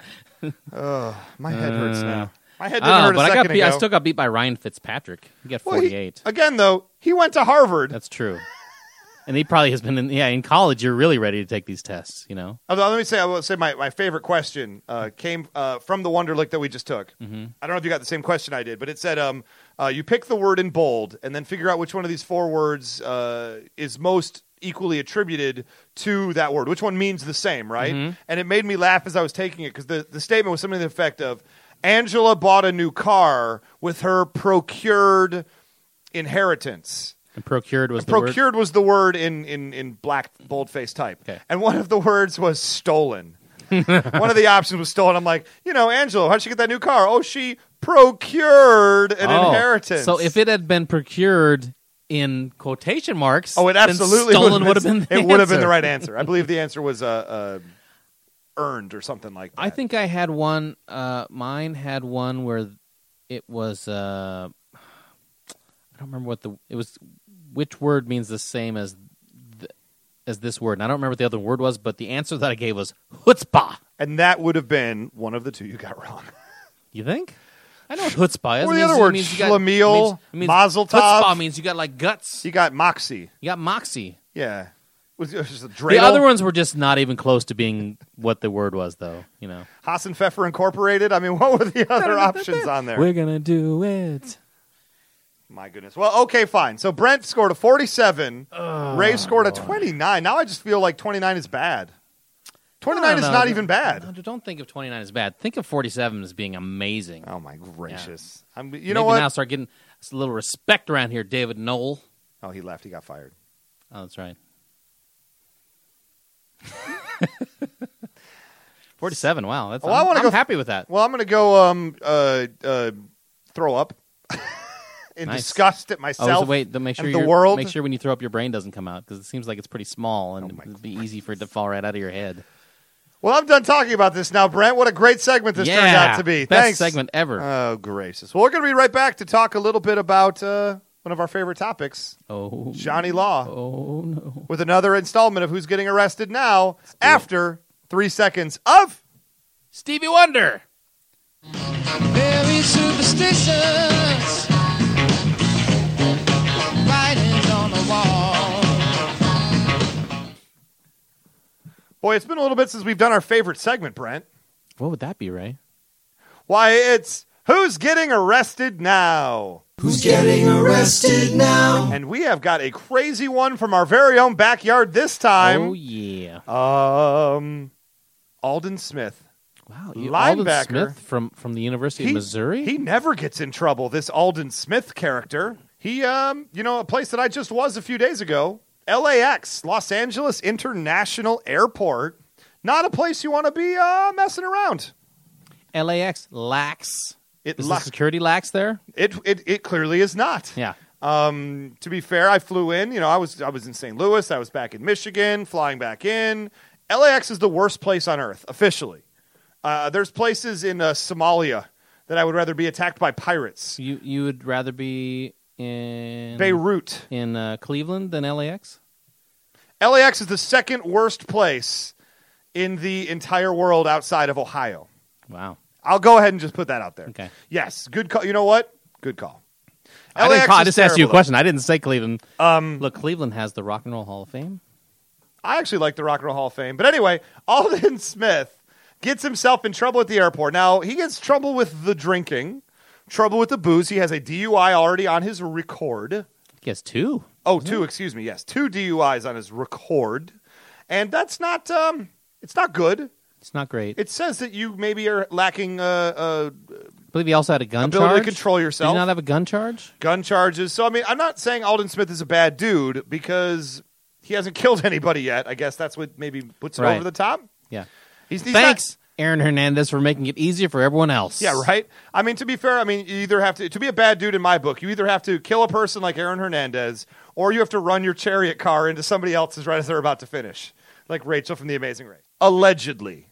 S3: you?
S2: <laughs>
S3: Ugh, my head hurts now. My head didn't
S2: Oh,
S3: hurt a
S2: but I
S3: second
S2: got beat,
S3: ago.
S2: I still got beat by Ryan Fitzpatrick. He got
S3: Well, he-
S2: 48.
S3: again, though, he went to Harvard.
S2: That's true. and he probably has been in yeah, in college you're really ready to take these tests, you know.
S3: Although, let me say, I will say my, my favorite question uh, came uh, from the Wonderlick that we just took. I don't know if you got the same question I did, but it said, um, uh, you pick the word in bold and then figure out which one of these four words uh, is most equally attributed to that word. Which one means the same, right? And it made me laugh as I was taking it because the, the statement was something to the effect of, Angela bought a new car with her procured inheritance
S2: And procured was the word.
S3: procured was the word in in in black boldface type
S2: Okay.
S3: and one of the words was stolen <laughs> one of the options was stolen i'm like you know angelo how'd she get that new car oh she procured an
S2: Oh,
S3: inheritance
S2: So if it had been procured in quotation marks,
S3: oh it
S2: then
S3: absolutely
S2: stolen
S3: would have
S2: been. the
S3: <laughs> it would have been the
S2: answer.
S3: right answer i believe the answer was uh, uh earned or something like that
S2: I think I had one. Uh, mine had one where it was. Uh, I don't remember what the it was. Which word means the same as th- as this word? And I don't remember what the other word was, but the answer that I gave was chutzpah.
S3: and that would have been one of the two you got wrong <laughs>
S2: You think? I know what chutzpah is. It
S3: What are the
S2: means-
S3: other
S2: it
S3: words?
S2: means you got-
S3: Schlemiel,
S2: it means,
S3: mazel tov.
S2: Chutzpah means you got like guts.
S3: you got moxie
S2: You got moxie.
S3: yeah was it just a
S2: The
S3: dreidel?
S2: other ones were just not even close to being what the word was, though. You know.
S3: Haas and Pfeffer Incorporated. I mean, what were the other options on there?
S2: We're gonna do it.
S3: My goodness. Well, okay, fine. So Brent scored a 47. Ray
S2: Oh,
S3: scored a 29. Now I just feel like 29 is bad. 29 is
S2: No, no,
S3: not
S2: no.
S3: even bad.
S2: No, don't think of 29 as bad. Think of 47 as being amazing.
S3: Oh my gracious. I'm, you
S2: Maybe
S3: know what?
S2: Now start getting s- a little respect around here, David Knoll.
S3: oh, he left. He got fired.
S2: Oh, that's right. <laughs> 47. Wow, that's.
S3: Well, Oh, I
S2: I'm,
S3: wanna
S2: I'm
S3: go-
S2: happy with that.
S3: <laughs> Well, I'm going to go um uh uh throw up. in
S2: Nice.
S3: disgust
S2: Oh,
S3: at
S2: so
S3: myself.
S2: wait. Then make sure
S3: and the
S2: you're-
S3: world. Oh
S2: Make sure when you throw up, your brain doesn't come out because it seems like it's pretty small and
S3: my
S2: it'd be easy for it to fall right out of your head.
S3: Well, I'm done talking about this now, Brent. What a great segment this
S2: yeah,
S3: turned out to be.
S2: best
S3: Thanks.
S2: segment ever.
S3: Oh, gracious. Well, we're going to be right back to talk a little bit about uh, one of our favorite topics,
S2: oh,
S3: Johnny Law,
S2: oh no.
S3: with another installment of Who's Getting Arrested Now after three seconds of.
S2: Stevie Wonder.
S5: very superstitious. Writings on the wall.
S3: Boy, it's been a little bit since we've done our favorite segment, Brent.
S2: What would that be, Ray?
S3: Why, it's Who's Getting Arrested Now?
S1: Who's getting arrested now?
S3: And we have got a crazy one from our very own backyard this
S2: oh
S3: time.
S2: yeah.
S3: Um, Alden Smith.
S2: Wow. You, Alden
S3: linebacker.
S2: Smith from from the University of Missouri.
S3: He never gets in trouble. This Alden Smith character. He, um, you know, a place that I just was a few days ago, LAX, Los Angeles International Airport. Not a place you want to be uh, messing around.
S2: LAX lax.
S3: It
S2: Is
S3: la-
S2: the security lax there?
S3: it, it it clearly is not.
S2: Yeah.
S3: Um, to be fair, I flew in. You know, I was I was in St. Louis. I was back in Michigan, flying back in. LAX is the worst place on earth officially. Uh, there's places in uh, Somalia that I would rather be attacked by pirates.
S2: So you you would rather be in
S3: Beirut.
S2: in uh, Cleveland than LAX?
S3: LAX is the second worst place in the entire world outside of Ohio.
S2: Wow.
S3: I'll go ahead and just put that out there.
S2: Okay.
S3: Yes, good call. You know what? Good call.
S2: I didn't
S3: LAX
S2: call, I
S3: is
S2: just asked you a
S3: terrible,
S2: question. I didn't say Cleveland.
S3: though. Um,
S2: Look, Cleveland has the Rock and Roll Hall of Fame.
S3: I actually like the Rock and Roll Hall of Fame. But anyway, Alden <laughs> Smith gets himself in trouble at the airport. Now, he gets trouble with the drinking, trouble with the booze. He has a DUI already on his record.
S2: He has two.
S3: Oh, two, excuse me. Yes, two DUIs on his record. And that's not um it's not good.
S2: It's not great.
S3: It says that you maybe are lacking uh, uh,
S2: I believe he also had a gun
S3: ability
S2: charge.
S3: to control
S2: Did he
S3: yourself,
S2: not have a gun charge?
S3: gun charges. So, I mean, I'm not saying Alden Smith is a bad dude because he hasn't <laughs> killed anybody yet. I guess that's what maybe puts it
S2: Right.
S3: over the top.
S2: Yeah.
S3: He's, he's not-
S2: Thanks, Aaron Hernandez, for making it easier for everyone else.
S3: yeah, right. I mean, to be fair, I mean, you either have to to be a bad dude in my book. You either have to kill a person like Aaron Hernandez, or you have to run your chariot car into somebody else's right as they're about to finish, like Rachel from The Amazing Race, allegedly. And-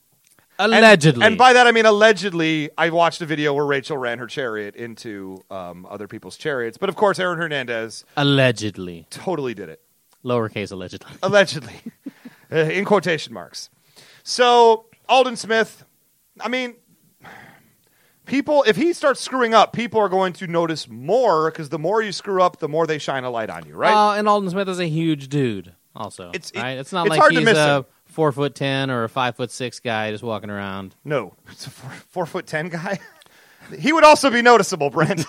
S2: Allegedly.
S3: And by that I mean allegedly. I watched a video where Rachel ran her chariot into um, other people's chariots, but of course Aaron Hernandez
S2: allegedly.
S3: totally did it
S2: Lowercase allegedly.
S3: allegedly, uh, in quotation marks. So Alden Smith, I mean, people. If he starts screwing up, people are going to notice more because the more you screw up, the more they shine a light on you, right?
S2: Uh, and Alden Smith is a huge dude. Also,
S3: It's- it-
S2: right? It's not
S3: it's
S2: like
S3: hard to
S2: he's
S3: miss
S2: a
S3: him.
S2: four foot ten or a five foot six guy just walking around.
S3: no, it's a four, four foot ten guy. <laughs> He would also be
S2: <laughs>
S3: noticeable, Brent.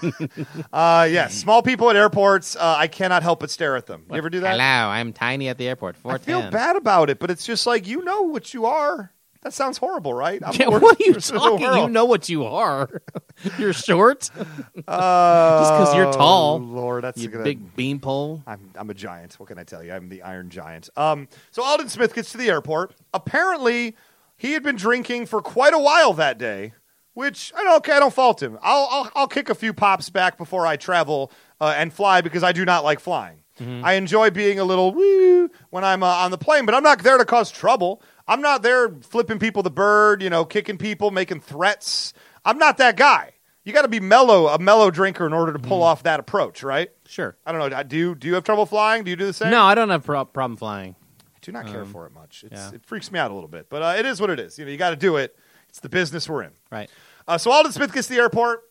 S3: uh, yes, small people at airports. Uh, I cannot help but stare at them. You ever do that?
S2: Hello, I'm tiny at the airport. Four
S3: I feel
S2: ten.
S3: bad about it, but it's just like you know what you are. That sounds horrible, right? I'm
S2: Yeah,
S3: the
S2: <laughs>
S3: worst
S2: what are you
S3: person in the
S2: talking? You
S3: world.
S2: know what you are. <laughs> you're short.
S3: Uh,
S2: Just 'cause you're tall,
S3: Lord, that's
S2: you
S3: a good.
S2: big beanpole.
S3: I'm I'm a giant. What can I tell you? I'm the Iron Giant. Um, so Alden Smith gets to the airport. Apparently, he had been drinking for quite a while that day, which I don't. Okay, I don't fault him. I'll I'll, I'll kick a few pops back before I travel uh, and fly because I do not like flying. I enjoy being a little woo when I'm uh, on the plane, but I'm not there to cause trouble. I'm not there flipping people the bird, you know, kicking people, making threats. I'm not that guy. You got to be mellow, a mellow drinker in order to pull off that approach, right?
S2: Sure.
S3: I don't know. Do you do you have trouble flying? Do you do the same?
S2: No, I don't have pro- problem flying.
S3: I do not care for it much. It's,
S2: yeah.
S3: It freaks me out a little bit, but uh, it is what it is. You know, you got to do it. It's the business we're in.
S2: Right.
S3: Uh, so Alden Smith gets to the airport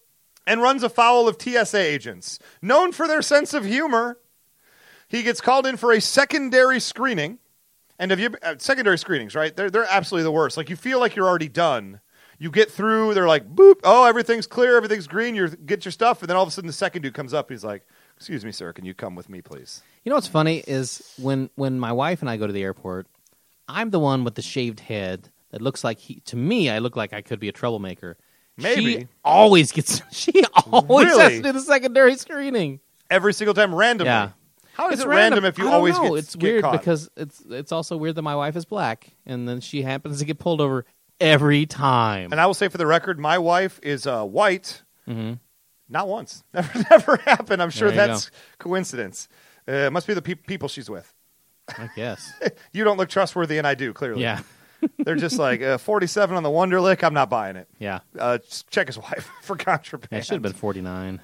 S3: and runs afoul of TSA agents, known for their sense of humor. He gets called in for a secondary screening, and have you uh, secondary screenings? Right? They're they're absolutely the worst. Like you feel like you're already done. You get through. They're like, boop. Oh, everything's clear. Everything's green. You get your stuff, and then all of a sudden, the second dude comes up. He's like, "Excuse me, sir. Can you come with me, please?"
S2: You know what's funny is when when my wife and I go to the airport, I'm the one with the shaved head that looks like he. To me, I look like I could be a troublemaker. she
S3: Maybe.
S2: always gets. <laughs> She always has
S3: Really?
S2: to do the secondary screening.
S3: every single time randomly.
S2: Yeah.
S3: How is it random, if
S2: I
S3: you
S2: don't
S3: always
S2: know.
S3: get
S2: it's
S3: get
S2: weird
S3: caught?
S2: because it's it's also weird that my wife is black and then she happens to get pulled over every time.
S3: and I will say for the record, my wife is uh, white,
S2: Mhm.
S3: Not once. <laughs> Never, never happened. I'm sure
S2: There you
S3: that's coincidence. Uh, must be the peop people she's with.
S2: I
S3: <laughs>
S2: guess.
S3: You don't look trustworthy, and I do clearly.
S2: yeah.
S3: they're just like uh, 47 on the Wonderlick. I'm not buying it.
S2: Yeah.
S3: Uh, just check his wife <laughs> for contraband.
S2: yeah it should have been 49.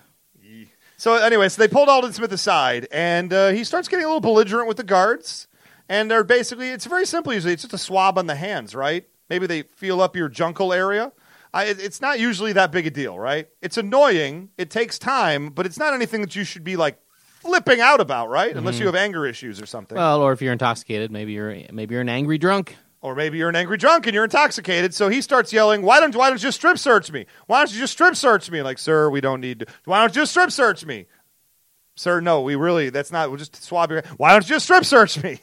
S3: So anyway, so they pulled Alden Smith aside, and uh, he starts getting a little belligerent with the guards. And they're basically, it's very simple usually. It's just a swab on the hands, right? Maybe they feel up your jungle area. I, it- it's not usually that big a deal, right? It's annoying. It takes time, but it's not anything that you should be like flipping out about, right? Unless you have anger issues or something.
S2: Well, or if you're intoxicated, maybe you're maybe you're an angry drunk.
S3: Or maybe you're an angry drunk and you're intoxicated, so he starts yelling, "Why don't why don't you just strip search me? Why don't you just strip search me?" Like, sir, we don't need. To. Why don't you just strip search me? Sir, no, we really that's not. We'll just swab your. Why don't you just strip search me?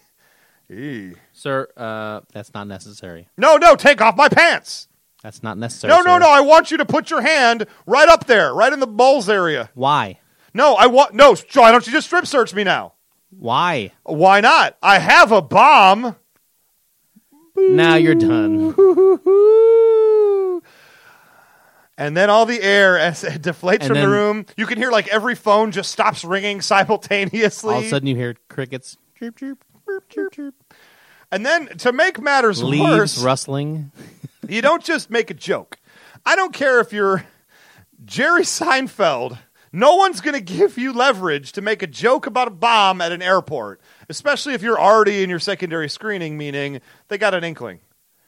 S3: Eee.
S2: Sir, uh, that's not necessary.
S3: No, no, take off my pants.
S2: That's not necessary.
S3: No, no,
S2: sir.
S3: no. I want you to put your hand right up there, right in the balls area.
S2: Why?
S3: No, I want no. s- Why don't you just strip search me now?
S2: Why?
S3: Why not? I have a bomb.
S2: Now you're done.
S3: And then all the air <laughs> as it deflates
S2: And
S3: from the
S2: then-
S3: room. You can hear like every phone just stops ringing <laughs> simultaneously.
S2: All of a sudden, you hear crickets, chirp, chirp, chirp, chirp, chirp.
S3: and then to make matters
S2: leaves
S3: worse,
S2: rustling.
S3: you don't just make a joke. I don't care if you're Jerry Seinfeld. No one's going to give you leverage to make a joke about a bomb at an airport, especially if you're already in your secondary screening, meaning they got an inkling.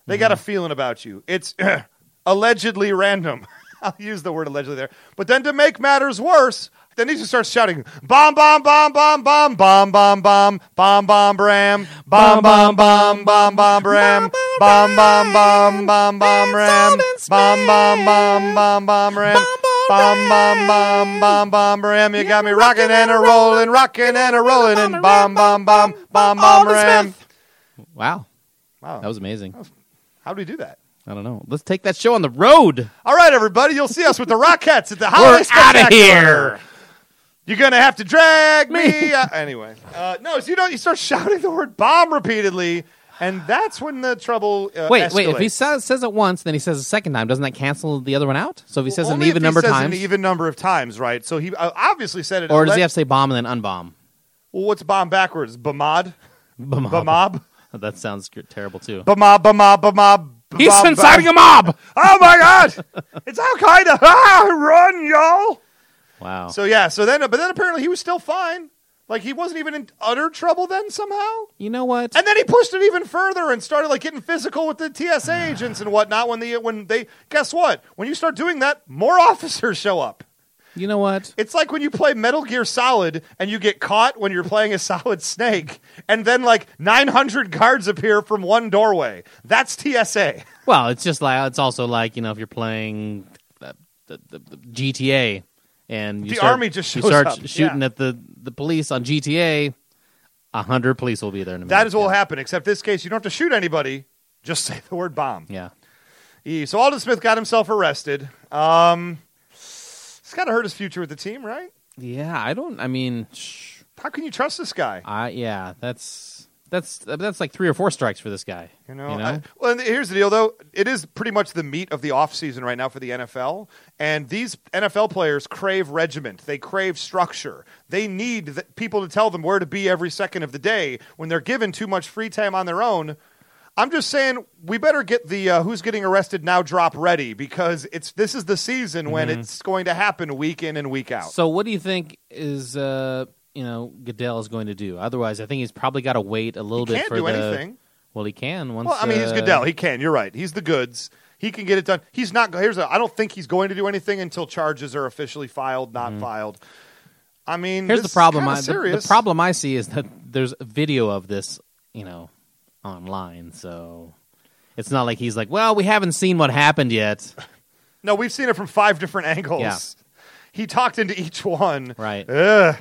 S3: They got a feeling about you. It's <clears throat> allegedly random. <laughs> I'll use the word allegedly there. But then to make matters worse, then he just starts shouting bomb, bomb, bomb, bomb, bomb, bomb, bomb, bomb, bomb, bomb, bram, bomb, bomb, bomb, bomb, bomb, bram, bomb, bomb, bomb, bomb, bomb, ram, bomb, bomb, bomb, bomb, bomb, ram, bomb, bomb, bomb, bomb, bomb, ram. You got me rocking and a rolling, rocking and a rolling, and bomb, bomb, bomb, bomb, bomb, ram.
S2: Wow,
S3: Wow,
S2: that was amazing.
S3: Oh. how do we do that?
S2: I don't know. Let's take that show on the road.
S3: All right, everybody, you'll see us with the Rockettes at the Holiday
S2: outta
S3: Spectacular.
S2: here.
S3: You're gonna have to drag me. out- Anyway, uh, no, so you don't. You start shouting the word bomb repeatedly, and that's when the trouble. Uh,
S2: Wait, wait. If he
S3: escalates.
S2: says, says it once, then he says it a second time, doesn't that cancel the other one out? So if he says
S3: Well,
S2: an
S3: only if
S2: even
S3: he
S2: number
S3: says
S2: times,
S3: an even number of times, right? So he uh, obviously said it.
S2: or does
S3: alle-
S2: he have to say bomb and then unbomb? <laughs>
S3: Well, what's bomb backwards? Bamad,
S2: Bomb.
S3: bamab,
S2: That sounds g- terrible too.
S3: bamab, bamab, bamab.
S2: He's
S3: bamab-
S2: inciting a mob.
S3: Oh my God! it's Al Qaeda! <laughs> Ah, run, y'all!
S2: Wow.
S3: So yeah, so then, but then apparently he was still fine. Like he wasn't even in utter trouble then somehow.
S2: you know what?
S3: And then he pushed it even further and started like getting physical with the <sighs> TSA agents and whatnot. When the when they guess what? When you start doing that, more <laughs> officers show up.
S2: You know what?
S3: It's like when you play Metal Gear Solid and you get caught when you're playing a <laughs> Solid Snake, and then like 900 guards appear from one doorway. That's TSA.
S2: Well, it's just like it's also like you know if you're playing uh, the, the, the GTA and you
S3: The
S2: start,
S3: army just
S2: you
S3: shows
S2: start
S3: up,
S2: sh- shooting
S3: yeah.
S2: at the the police on GTA, a hundred police will be there. In a minute.
S3: That is what will
S2: yeah.
S3: happen. Except this case, you don't have to shoot anybody. Just <laughs> say the word bomb.
S2: Yeah.
S3: E. So Alden Smith got himself arrested. Um, it's kind of hurt his future with the team, right?
S2: Yeah, I don't. I mean, sh-
S3: How can you trust this guy?
S2: I yeah, that's that's that's like three or four strikes for this guy.
S3: You know, I- well, and here's the deal, though. It is pretty much the meat of the offseason right now for the NFL. And these NFL players crave regiment, they crave structure. They need th- people to tell them where to be every second of the day when they're given too much free time on their own. I'm just saying we better get the uh, who's getting arrested now drop ready because it's this is the season when it's going to happen week in and week out.
S2: So what do you think is uh you know Goodell is going to do? Otherwise, I think he's probably got to wait a little
S3: He
S2: bit
S3: can't
S2: for
S3: do
S2: the.
S3: anything.
S2: Well, he can once.
S3: Well, I mean, he's
S2: uh,
S3: Goodell. He can. You're right. He's the goods. He can get it done. He's not. Here's. A, I don't think he's going to do anything until charges are officially filed, not filed. I mean,
S2: Mm-hmm. Here's
S3: this
S2: the problem.
S3: Is
S2: I, the-
S3: kinda
S2: the,
S3: serious.
S2: problem I see is that there's a video of this, you know, online. So it's not like he's like, well, we haven't seen what happened
S3: <laughs>
S2: yet.
S3: No, we've seen it from five different angles.
S2: Yeah.
S3: He talked into each one.
S2: Right.
S3: Ugh.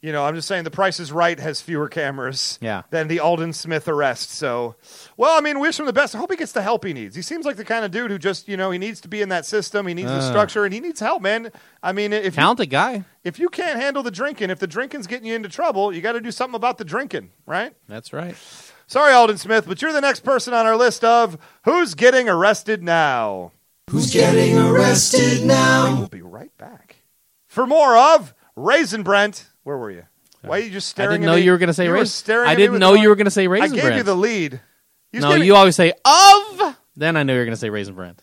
S3: You know, I'm just saying the Price is Right has fewer cameras
S2: Yeah.
S3: than the Alden Smith arrest. So, well, I mean, wish him the best. I hope he gets the help he needs. He seems like the kind of dude who just, you know, he needs to be in that system. He needs the structure and he needs help, man. I mean, if you
S2: Talented guy.
S3: if you can't handle the drinking, if the drinking's getting you into trouble, you got to do something about the drinking, right?
S2: That's right.
S3: Sorry, Alden Smith, but you're the next person on our list of who's getting arrested now. Who's getting arrested now? We will be right back. for more of Raisin Brent. Where were you? Why are you just
S2: I
S3: staring?
S2: didn't
S3: at
S2: know
S3: me?
S2: you were going to say
S3: you
S2: raisin.
S3: Were staring
S2: I
S3: at me
S2: didn't
S3: with
S2: know
S3: one-
S2: you were going to say
S3: I
S2: raisin
S3: gave
S2: Brand.
S3: you the lead. You just
S2: no,
S3: gave me-
S2: you always say of. Then I knew you were going to say raisin Brand.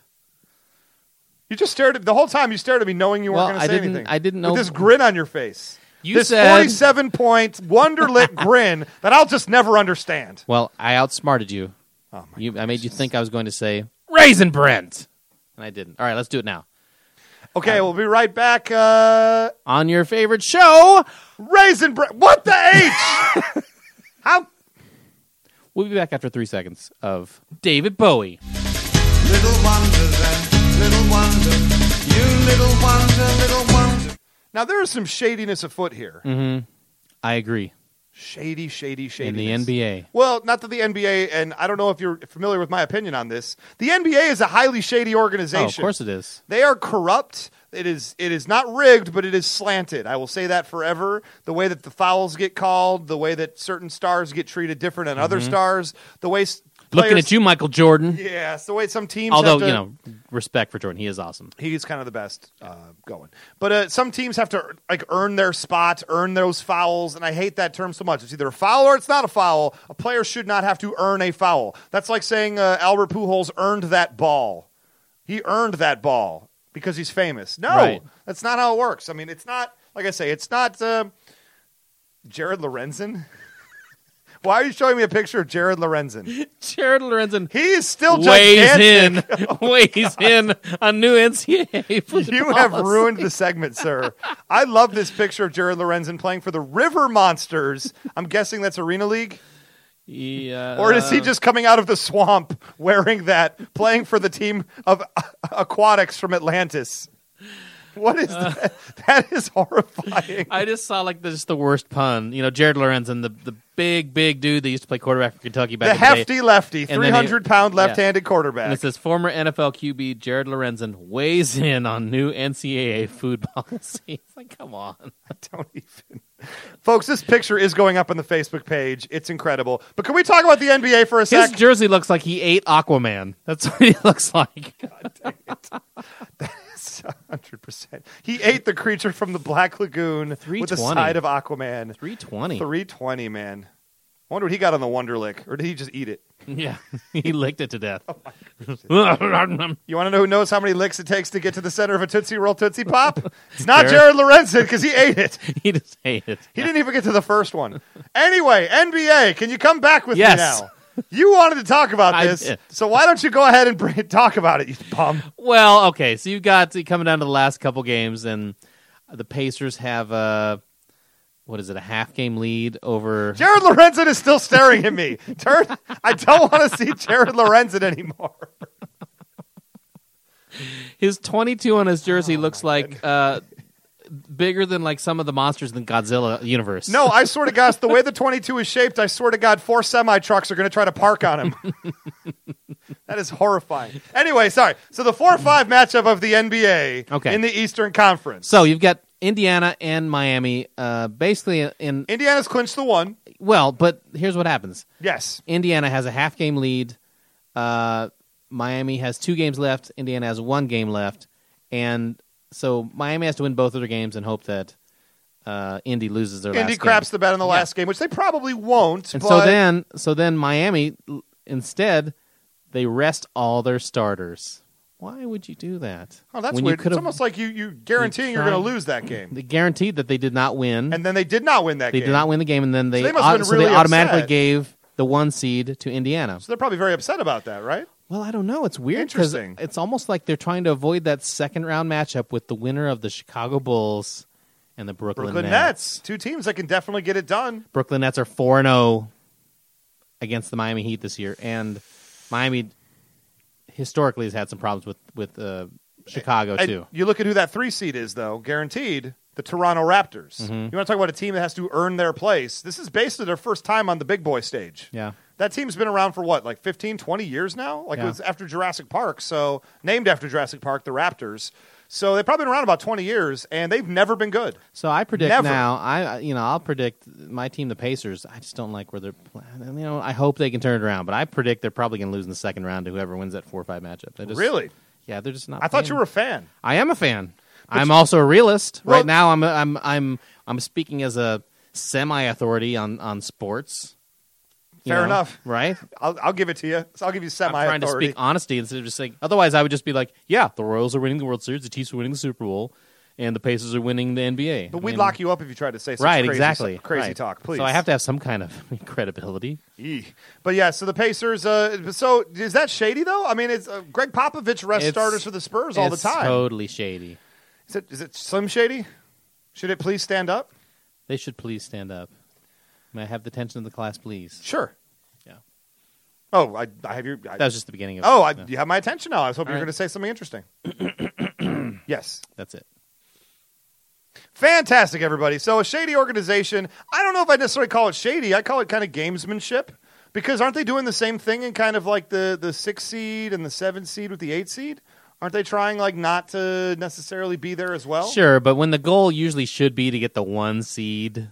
S3: You just stared at the whole time. You stared at me, knowing you
S2: Well,
S3: weren't going
S2: I
S3: to say
S2: didn't-
S3: anything.
S2: I didn't know-
S3: With this grin on your face.
S2: You
S3: this
S2: said-
S3: forty-seven point
S2: <laughs>
S3: wonderlit grin that I'll just never understand.
S2: Well, I outsmarted you.
S3: Oh my
S2: you I made you think I was going to say raisin Brand, and I didn't. All right, let's do it now.
S3: Okay, we'll be right back. Uh,
S2: On your favorite show,
S3: Raisin Brent. What the
S2: <laughs>
S3: H? How?
S2: we'll be back after three seconds of David Bowie.
S6: Little wonder then, little wonder, you little wonder, little wonder.
S3: Now there is some shadiness afoot here.
S2: I agree.
S3: Shady, shady, shady.
S2: Mm-hmm. In the NBA,
S3: Well, not that the NBA, and I don't know if you're familiar with my opinion on this. The NBA is a highly shady
S2: oh,
S3: organization.
S2: of course it is.
S3: They are corrupt. It is it is not rigged, but it is slanted. I will say that forever. The way that the fouls get called, the way that certain stars get treated different than other stars, the way s-
S2: Mm-hmm. Looking
S3: players-
S2: at you, Michael Jordan.
S3: yeah, it's the way some teams. have
S2: Although
S3: to-
S2: you know, respect for Jordan, he is awesome. <laughs>
S3: he's kind of the best uh, going. But uh, some teams have to like earn their spot, earn those fouls, and I hate that term so much. It's either a foul or it's not a foul. A player should not have to earn a foul. That's like saying uh, Albert Pujols earned that ball. He earned that ball because he's famous. No,
S2: Right.
S3: that's not how it works. I mean, it's not like I say, it's not uh, Jared Lorenzen. <laughs> Why are you showing me a picture of Jared Lorenzen?
S2: <laughs> Jared Lorenzen
S3: He is still
S2: weighs
S3: gigantic.
S2: in, weighs in a new NCAA.
S3: You
S2: <laughs> football
S3: have
S2: policy.
S3: ruined the segment, sir. I love this picture of Jared Lorenzen playing for the River Monsters. I'm guessing that's Arena League.
S2: Yeah,
S3: Or is he just coming out of the swamp wearing that, playing for the team of <laughs> aquatics from Atlantis? What is that? That is horrifying.
S2: Uh, I just saw like the, just the worst pun. You know, Jared Lorenzen, the the big big dude that used to play quarterback for Kentucky back
S3: The
S2: in the day.
S3: hefty lefty,
S2: And then he-
S3: 300 pound
S2: yeah.
S3: left handed
S2: And it
S3: quarterback.
S2: says former NFL QB Jared Lorenzen weighs in on new NCAA food <laughs> policy. It's like, come on.
S3: <laughs> Don't even. Folks, this picture is going up on the Facebook page. It's incredible. But can we talk about the NBA for a
S2: His
S3: sec?
S2: jersey looks like he ate Aquaman. That's <laughs> what he looks like.
S3: hundred percent. He ate the creature from the Black Lagoon with the
S2: 320.
S3: side of Aquaman.
S2: 320.
S3: Three twenty, man. I wonder what he got on the Wonderlick, or did he just eat it?
S2: Yeah, <laughs> he licked it to death.
S3: You want to know who knows how many licks it takes to get to the center of a Tootsie Roll Tootsie
S2: <laughs>
S3: Pop? It's not
S2: Jared.
S3: Jared Lorenzen because <laughs> he ate it.
S2: he just hated it.
S3: He didn't even get to the
S2: <laughs>
S3: first one. Anyway, NBA, can you come back with
S2: Yes.
S3: me now? You wanted to talk about
S2: I
S3: this,
S2: did.
S3: so why don't you go ahead and bring, talk about it, you bum?
S2: Well, okay, so you got to coming down to the last couple games, and the Pacers have a what is it, a half game lead over?
S3: Jared Lorenzen is still staring at me. Turn, I don't want to see Jared Lorenzen anymore.
S2: His twenty two on his
S3: Oh,
S2: jersey looks like uh, bigger than like some of the monsters in the Godzilla universe.
S3: <laughs> No, I swear to God, it's the way the 22 is shaped, I swear to God, four semi trucks are going to try to park on him. <laughs> that is horrifying. Anyway, sorry. So the 4 5 matchup of the NBA
S2: Okay.
S3: in the Eastern Conference.
S2: so you've got Indiana and Miami, uh, basically in
S3: Indiana's clinched the one.
S2: well, but here's what happens.
S3: Yes.
S2: Indiana has a half game lead. Uh, Miami has two games left. Indiana has one game left, and so Miami has to win both of their games and hope that uh, Indy loses their last
S3: Indy
S2: game.
S3: craps the bet in the last game, which they probably won't.
S2: and
S3: but
S2: so then, so then Miami l- instead they rest all their starters. Why would you do that?
S3: oh, that's
S2: When you
S3: weird.
S2: could've-
S3: It's almost like you, you guaranteeing you're going
S2: tried-
S3: to lose that game.
S2: they guaranteed that they did not win.
S3: And then they did not win that
S2: they
S3: game.
S2: did not win the game, and then they
S3: they must have
S2: au-
S3: been
S2: so
S3: really
S2: they automatically
S3: upset.
S2: gave the one seed to Indiana.
S3: So they're probably very upset about that, right?
S2: Well, I don't know. It's weird because
S3: Interesting.
S2: it's almost like they're trying to avoid that second round matchup with the winner of the Chicago Bulls and the Brooklyn,
S3: Brooklyn
S2: Nets.
S3: Nets. Two teams that can definitely get it done.
S2: Brooklyn Nets are 4 0 against the Miami Heat this year. And Miami historically has had some problems with, with uh, Chicago,
S3: And
S2: too.
S3: You look at who that three seed is, though, guaranteed the Toronto Raptors.
S2: Mm-hmm.
S3: You want to talk about a team that has to earn their place? This is basically their first time on the big boy stage.
S2: Yeah.
S3: That team's been around for what, like 15, 20 years now? Like it
S2: Yeah.
S3: was after Jurassic Park. So, named after Jurassic Park, the Raptors. So, they've probably been around about 20 years, and they've never been good.
S2: So I predict
S3: Never.
S2: now. I I- you know I'll predict my team, the Pacers. I just don't like where they're. pl- You know I hope they can turn it around, but I predict they're probably going to lose in the second round to whoever wins that four or five matchup. They just-
S3: really?
S2: Yeah, they're just not.
S3: I thought
S2: playing-
S3: you were a fan.
S2: I am a fan. I'm also a realist.
S3: Well-
S2: right now, I'm I'm I'm I'm speaking as a semi-authority on on sports. You
S3: Fair enough. <laughs>
S2: right?
S3: I'll, I'll give it to you. So I'll give you
S2: I'm
S3: semi
S2: trying to
S3: authority.
S2: speak honesty instead of just saying. Otherwise, I would just be like, "Yeah, the Royals are winning the World Series, the Chiefs are winning the Super Bowl, and the Pacers are winning the NBA."
S3: But we'd lock you up if you tried to say such
S2: right,
S3: crazy,
S2: exactly.
S3: crazy
S2: Right.
S3: talk. Please.
S2: So I have to have some kind of <laughs> credibility.
S3: Yee. But yeah, so the Pacers. Uh, so is that shady though? I mean, it's uh, Greg Popovich rests
S2: It's-
S3: starters for the Spurs all the
S2: It's
S3: time.
S2: Totally shady.
S3: Is it is it Slim Shady? Should it please stand up?
S2: They should please stand up. May I have the attention of the class, please?
S3: Sure.
S2: Yeah.
S3: Oh, I, I have your. I,
S2: That was just the beginning of.
S3: oh, I,
S2: yeah,
S3: you have my attention now. I was hoping you
S2: All right.
S3: were going to say something interesting. <clears throat> yes.
S2: that's it.
S3: Fantastic, everybody. So, a shady organization. I don't know if I necessarily call it shady. I call it kind of gamesmanship because aren't they doing the same thing in kind of like the the six seed and the seven seed with the eight seed? Aren't they trying like not to necessarily be there as well?
S2: Sure, but when the goal usually should be to get the one seed,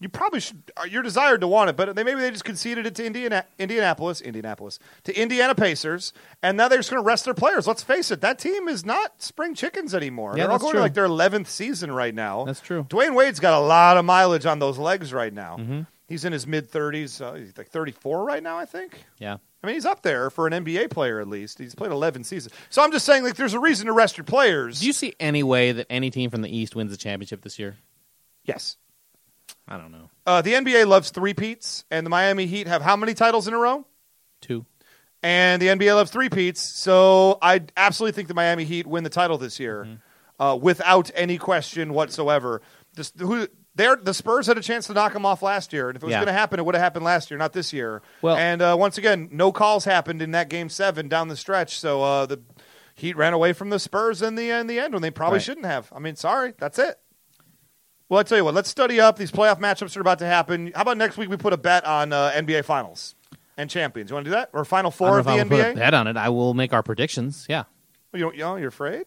S3: You probably should. uh, You're desired to want it, but they maybe they just conceded it to Indiana, Indianapolis, Indianapolis to Indiana Pacers, and now they're just going to rest their players. Let's face it, that team is not spring chickens anymore.
S2: Yeah,
S3: they're all
S2: that's
S3: going
S2: true.
S3: to like their 11th season right now.
S2: That's true. Mm-hmm.
S3: Dwayne Wade's got a lot of mileage on those legs right now. He's in his mid 30s. Uh, he's like 34 right now, I think.
S2: yeah,
S3: I mean, he's up there for an NBA player at least. He's played 11 seasons. So I'm just saying, like, there's a reason to rest your players.
S2: Do you see any way that any team from the East wins the championship this year?
S3: yes.
S2: I don't know.
S3: Uh, the NBA loves three peats, and the Miami Heat have how many titles in a row?
S2: Two.
S3: and the NBA loves three peats. So I absolutely think the Miami Heat win the title this year,
S2: Mm-hmm.
S3: uh, without any question whatsoever. Just who they're, the Spurs had a chance to knock them off last year, and if it was
S2: Yeah.
S3: going to happen, it would have happened last year, not this year.
S2: Well-
S3: and uh, once again, no calls happened in that game seven down the stretch. So uh, the Heat ran away from the Spurs in the in the end when they probably
S2: Right.
S3: shouldn't have. I mean, sorry, that's it. Well, I tell you what, let's study up these playoff matchups that are about to happen. How about next week we put a bet on uh, NBA Finals and champions? You want to do that or Final
S2: I don't
S3: Four
S2: know
S3: of
S2: if
S3: the
S2: I would put a
S3: NBA?
S2: bet on it. I will make our predictions. Yeah,
S3: You don't, you know, you're afraid.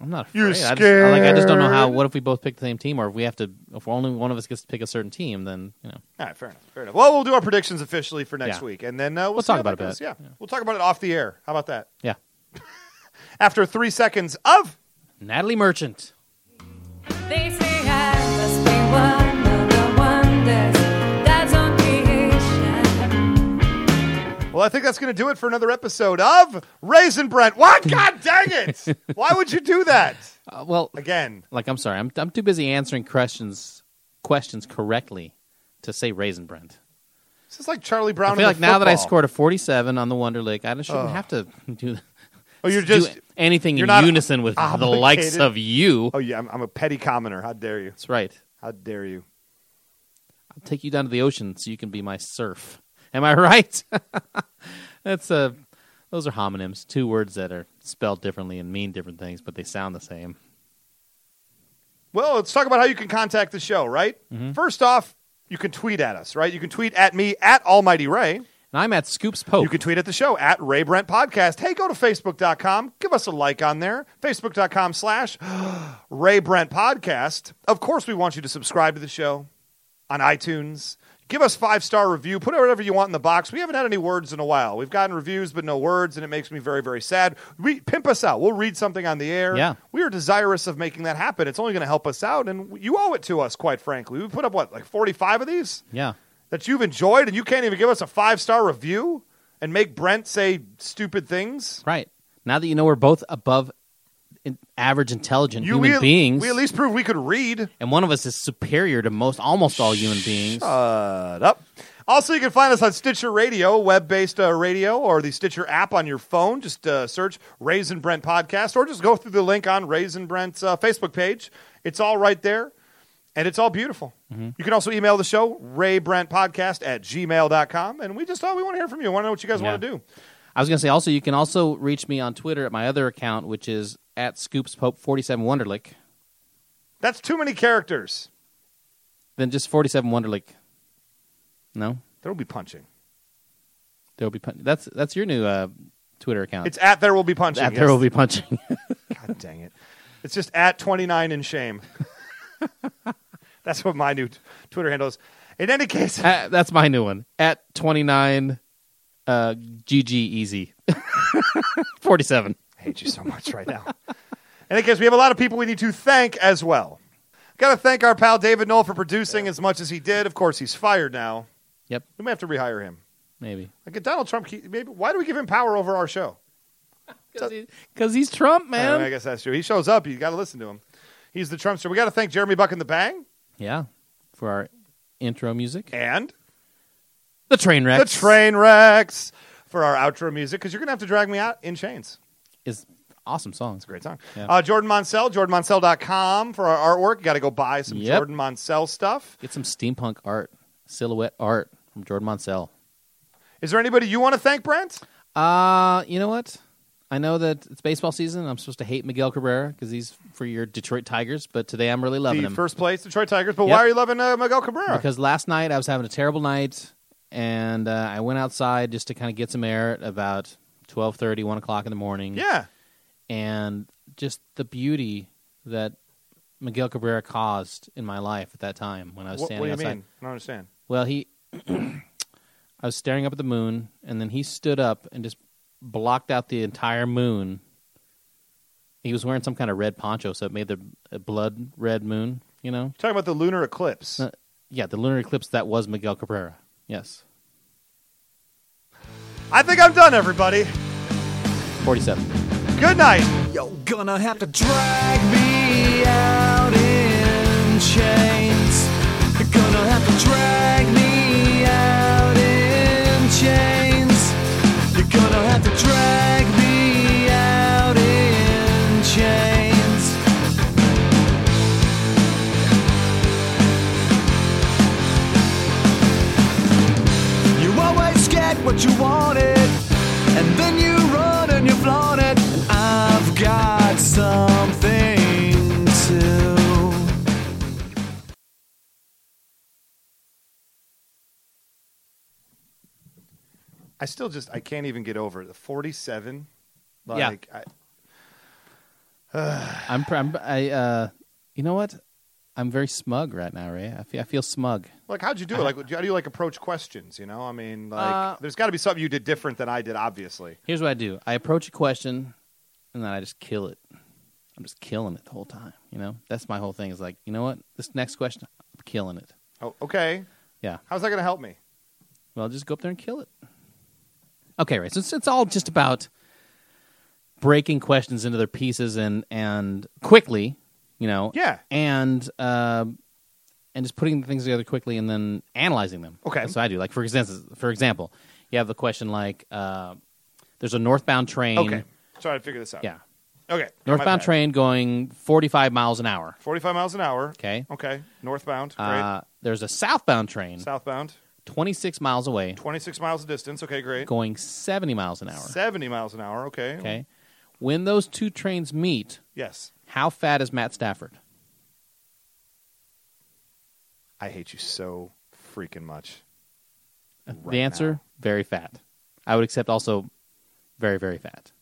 S2: I'm not afraid.
S3: You're
S2: I just, I, like I just don't know how.
S3: scared.
S2: What if we both pick the same team, or if we have to? If only one of us gets to pick a certain team, then you know.
S3: All right, fair enough. Fair enough. Well, we'll do our predictions officially for next
S2: Yeah.
S3: week, and then uh, we'll,
S2: We'll
S3: see
S2: talk
S3: how
S2: about
S3: that
S2: it,
S3: goes. Yeah.
S2: Pat.
S3: we'll talk about it off the air. How about that?
S2: Yeah,
S3: After three seconds of
S2: Natalie Merchant.
S7: They say I must be one of the wonders that's on creation.
S3: well, I think that's going to do it for another episode of Raisin Brent. <laughs> What? God dang it! Why would you do that
S2: Uh, well,
S3: again?
S2: like I'm sorry, I'm I'm too busy answering questions questions correctly to say Raisin Brent.
S3: This is like Charlie Brown.
S2: I
S3: in
S2: feel
S3: the
S2: like now that I
S3: football.
S2: scored a 47 on the Wonder Lick, I shouldn't have to do.
S3: oh, you're
S2: do
S3: just
S2: anything
S3: you're not
S2: in unison with the
S3: obligated.
S2: likes of you.
S3: Oh yeah, I'm, I'm a petty commoner. How dare you?
S2: That's right.
S3: How dare you?
S2: I'll take you down to the ocean so you can be my surf. Am I right? <laughs> That's a. Those are homonyms, two words that are spelled differently and mean different things, but they sound the same.
S3: Well, let's talk about how you can contact the show, right?
S2: Mm-hmm.
S3: First off, you can tweet at us, right? You can tweet at me at Almighty Ray.
S2: And I'm at Scoops Pope.
S3: You can tweet at the show at Ray Brent Podcast. Hey, go to Facebook.com. Give us a like on there. Facebook.com slash <gasps> Ray Brent Podcast. Of course, we want you to subscribe to the show on iTunes. Give us five star review. Put whatever you want in the box. We haven't had any words in a while. We've gotten reviews, but no words, and it makes me very, very sad. We pimp us out. We'll read something on the air.
S2: Yeah.
S3: we are desirous of making that happen. It's only going to help us out, and you owe it to us, quite frankly. We put up what, like forty-five of these
S2: yeah.
S3: that you've enjoyed and you can't even give us a five star review and make Brent say stupid things?
S2: Right. Now that you know we're both above in average intelligent
S3: You
S2: human
S3: we,
S2: beings,
S3: We at least proved we could read.
S2: and one of us is superior to most almost all human beings.
S3: Shut up. Also, you can find us on Stitcher Radio, web based uh, radio, or the Stitcher app on your phone. Just uh, search Raisin Brent Podcast or just go through the link on Raisin Brent's uh, Facebook page. It's all right there and it's all beautiful.
S2: Mm-hmm.
S3: You can also email the show, raybrentpodcast at gmail.com. And we just thought we want to hear from you. want to know what you guys want to
S2: Yeah.
S3: do.
S2: I was going to say also you can also reach me on Twitter at my other account, which is at Scoops Pope forty seven Wonderlick.
S3: That's too many characters.
S2: Then just forty seven Wonderlick. No,
S3: There will be punching.
S2: there'll be pun- that's that's your new uh, Twitter account.
S3: <laughs> It's at there will be punching.
S2: that there
S3: yes.
S2: will be
S3: <laughs>
S2: punching.
S3: God dang it! It's just at twenty nine in shame. <laughs> That's what my new t- Twitter handle is. In any case,
S2: Uh, that's my new one at twenty nine. Uh, <laughs> GG easy. forty seven. <laughs>
S3: I hate you so much right now. any case, we have a lot of people we need to thank as well. Got to thank our pal David Knoll for producing as much as he did. Of course, he's fired now.
S2: Yep.
S3: We may have to rehire him.
S2: Maybe
S3: Like Donald Trump, he- maybe why do we give him power over our show?
S2: because he's Trump,
S3: I, mean, I
S2: man.
S3: guess that's true. He shows up. You got to listen to him. He's the Trumpster. We got to thank Jeremy Buck and the Bang
S2: Yeah, for our intro music,
S3: and
S2: the train wreck.
S3: the Train Wrecks for our outro music because you're gonna have to drag me out in chains.
S2: is awesome songs.
S3: It's a great song.
S2: Yeah.
S3: Uh, Jordan Monsell, jordanmonsell.com for our artwork. Got to go buy some
S2: Yep.
S3: Jordan Monsell stuff.
S2: Get some steampunk art, silhouette art from Jordan Monsell.
S3: Is there anybody you want to thank, Brent?
S2: Uh, you know what? I know that it's baseball season. I'm supposed to hate Miguel Cabrera because he's for your Detroit Tigers, but today I'm really loving
S3: the
S2: him
S3: first place Detroit Tigers. But
S2: Yep.
S3: why are you loving uh, Miguel Cabrera?
S2: because last night I was having a terrible night, and uh, I went outside just to kind of get some air at about 12:30, 1 o'clock in the morning.
S3: yeah,
S2: and just the beauty that Miguel Cabrera caused in my life at that time when I was
S3: what, what
S2: standing
S3: do you
S2: outside.
S3: mean? I don't understand.
S2: Well, he, <clears throat> I was staring up at the moon, and then he stood up and just blocked out the entire moon. He was wearing some kind of red poncho, so it made the uh, blood red moon. You know,
S3: You're talking about the lunar eclipse.
S2: Uh, yeah, the lunar eclipse that was Miguel Cabrera. Yes,
S3: I think I'm done, everybody.
S2: forty-seven.
S3: Good night.
S1: You're gonna have to drag me out in chains. You're gonna have to drag me out in chains. You're gonna have to drag me out in chains. You always get what you wanted, and then you run and you flaunt it. And I've got something to.
S3: I still just I can't even get over it. The 47.
S2: Yeah.
S3: Like I,
S2: I'm, pr- I'm I, uh, you know what? I'm very smug right now, Ray. I feel, I feel smug.
S3: like how'd you do it? Like how do you like approach questions? You know, I mean, like
S2: Uh,
S3: there's got to be something you did different than I did, obviously.
S2: Here's what I do: I approach a question, and then I just kill it. I'm just killing it the whole time. You know, that's my whole thing. Is like, you know what? This next question, I'm killing it.
S3: Oh, okay.
S2: Yeah.
S3: How's that going to help me?
S2: Well, just go up there and kill it. Okay, right. So it's, it's all just about breaking questions into their pieces and and quickly, you know.
S3: Yeah.
S2: And uh, and just putting things together quickly and then analyzing them.
S3: Okay.
S2: That's what I do. Like for example, for example, you have the question like, uh, "There's a northbound train."
S3: Okay. Trying to figure this out.
S2: Yeah.
S3: Okay. my
S2: Northbound
S3: bad.
S2: train going 45 miles an hour.
S3: 45 miles an hour.
S2: Okay.
S3: Okay. Northbound. Great.
S2: Uh, there's a southbound train
S3: Southbound.
S2: 26 miles away
S3: 26 miles of distance. Okay, great.
S2: going 70 miles an hour.
S3: 70 miles an hour. Okay.
S2: Okay. When those two trains meet,
S3: Yes.
S2: how fat is Matt Stafford?
S3: I hate you so freaking much.
S2: the answer, very fat. I would accept also very, very fat.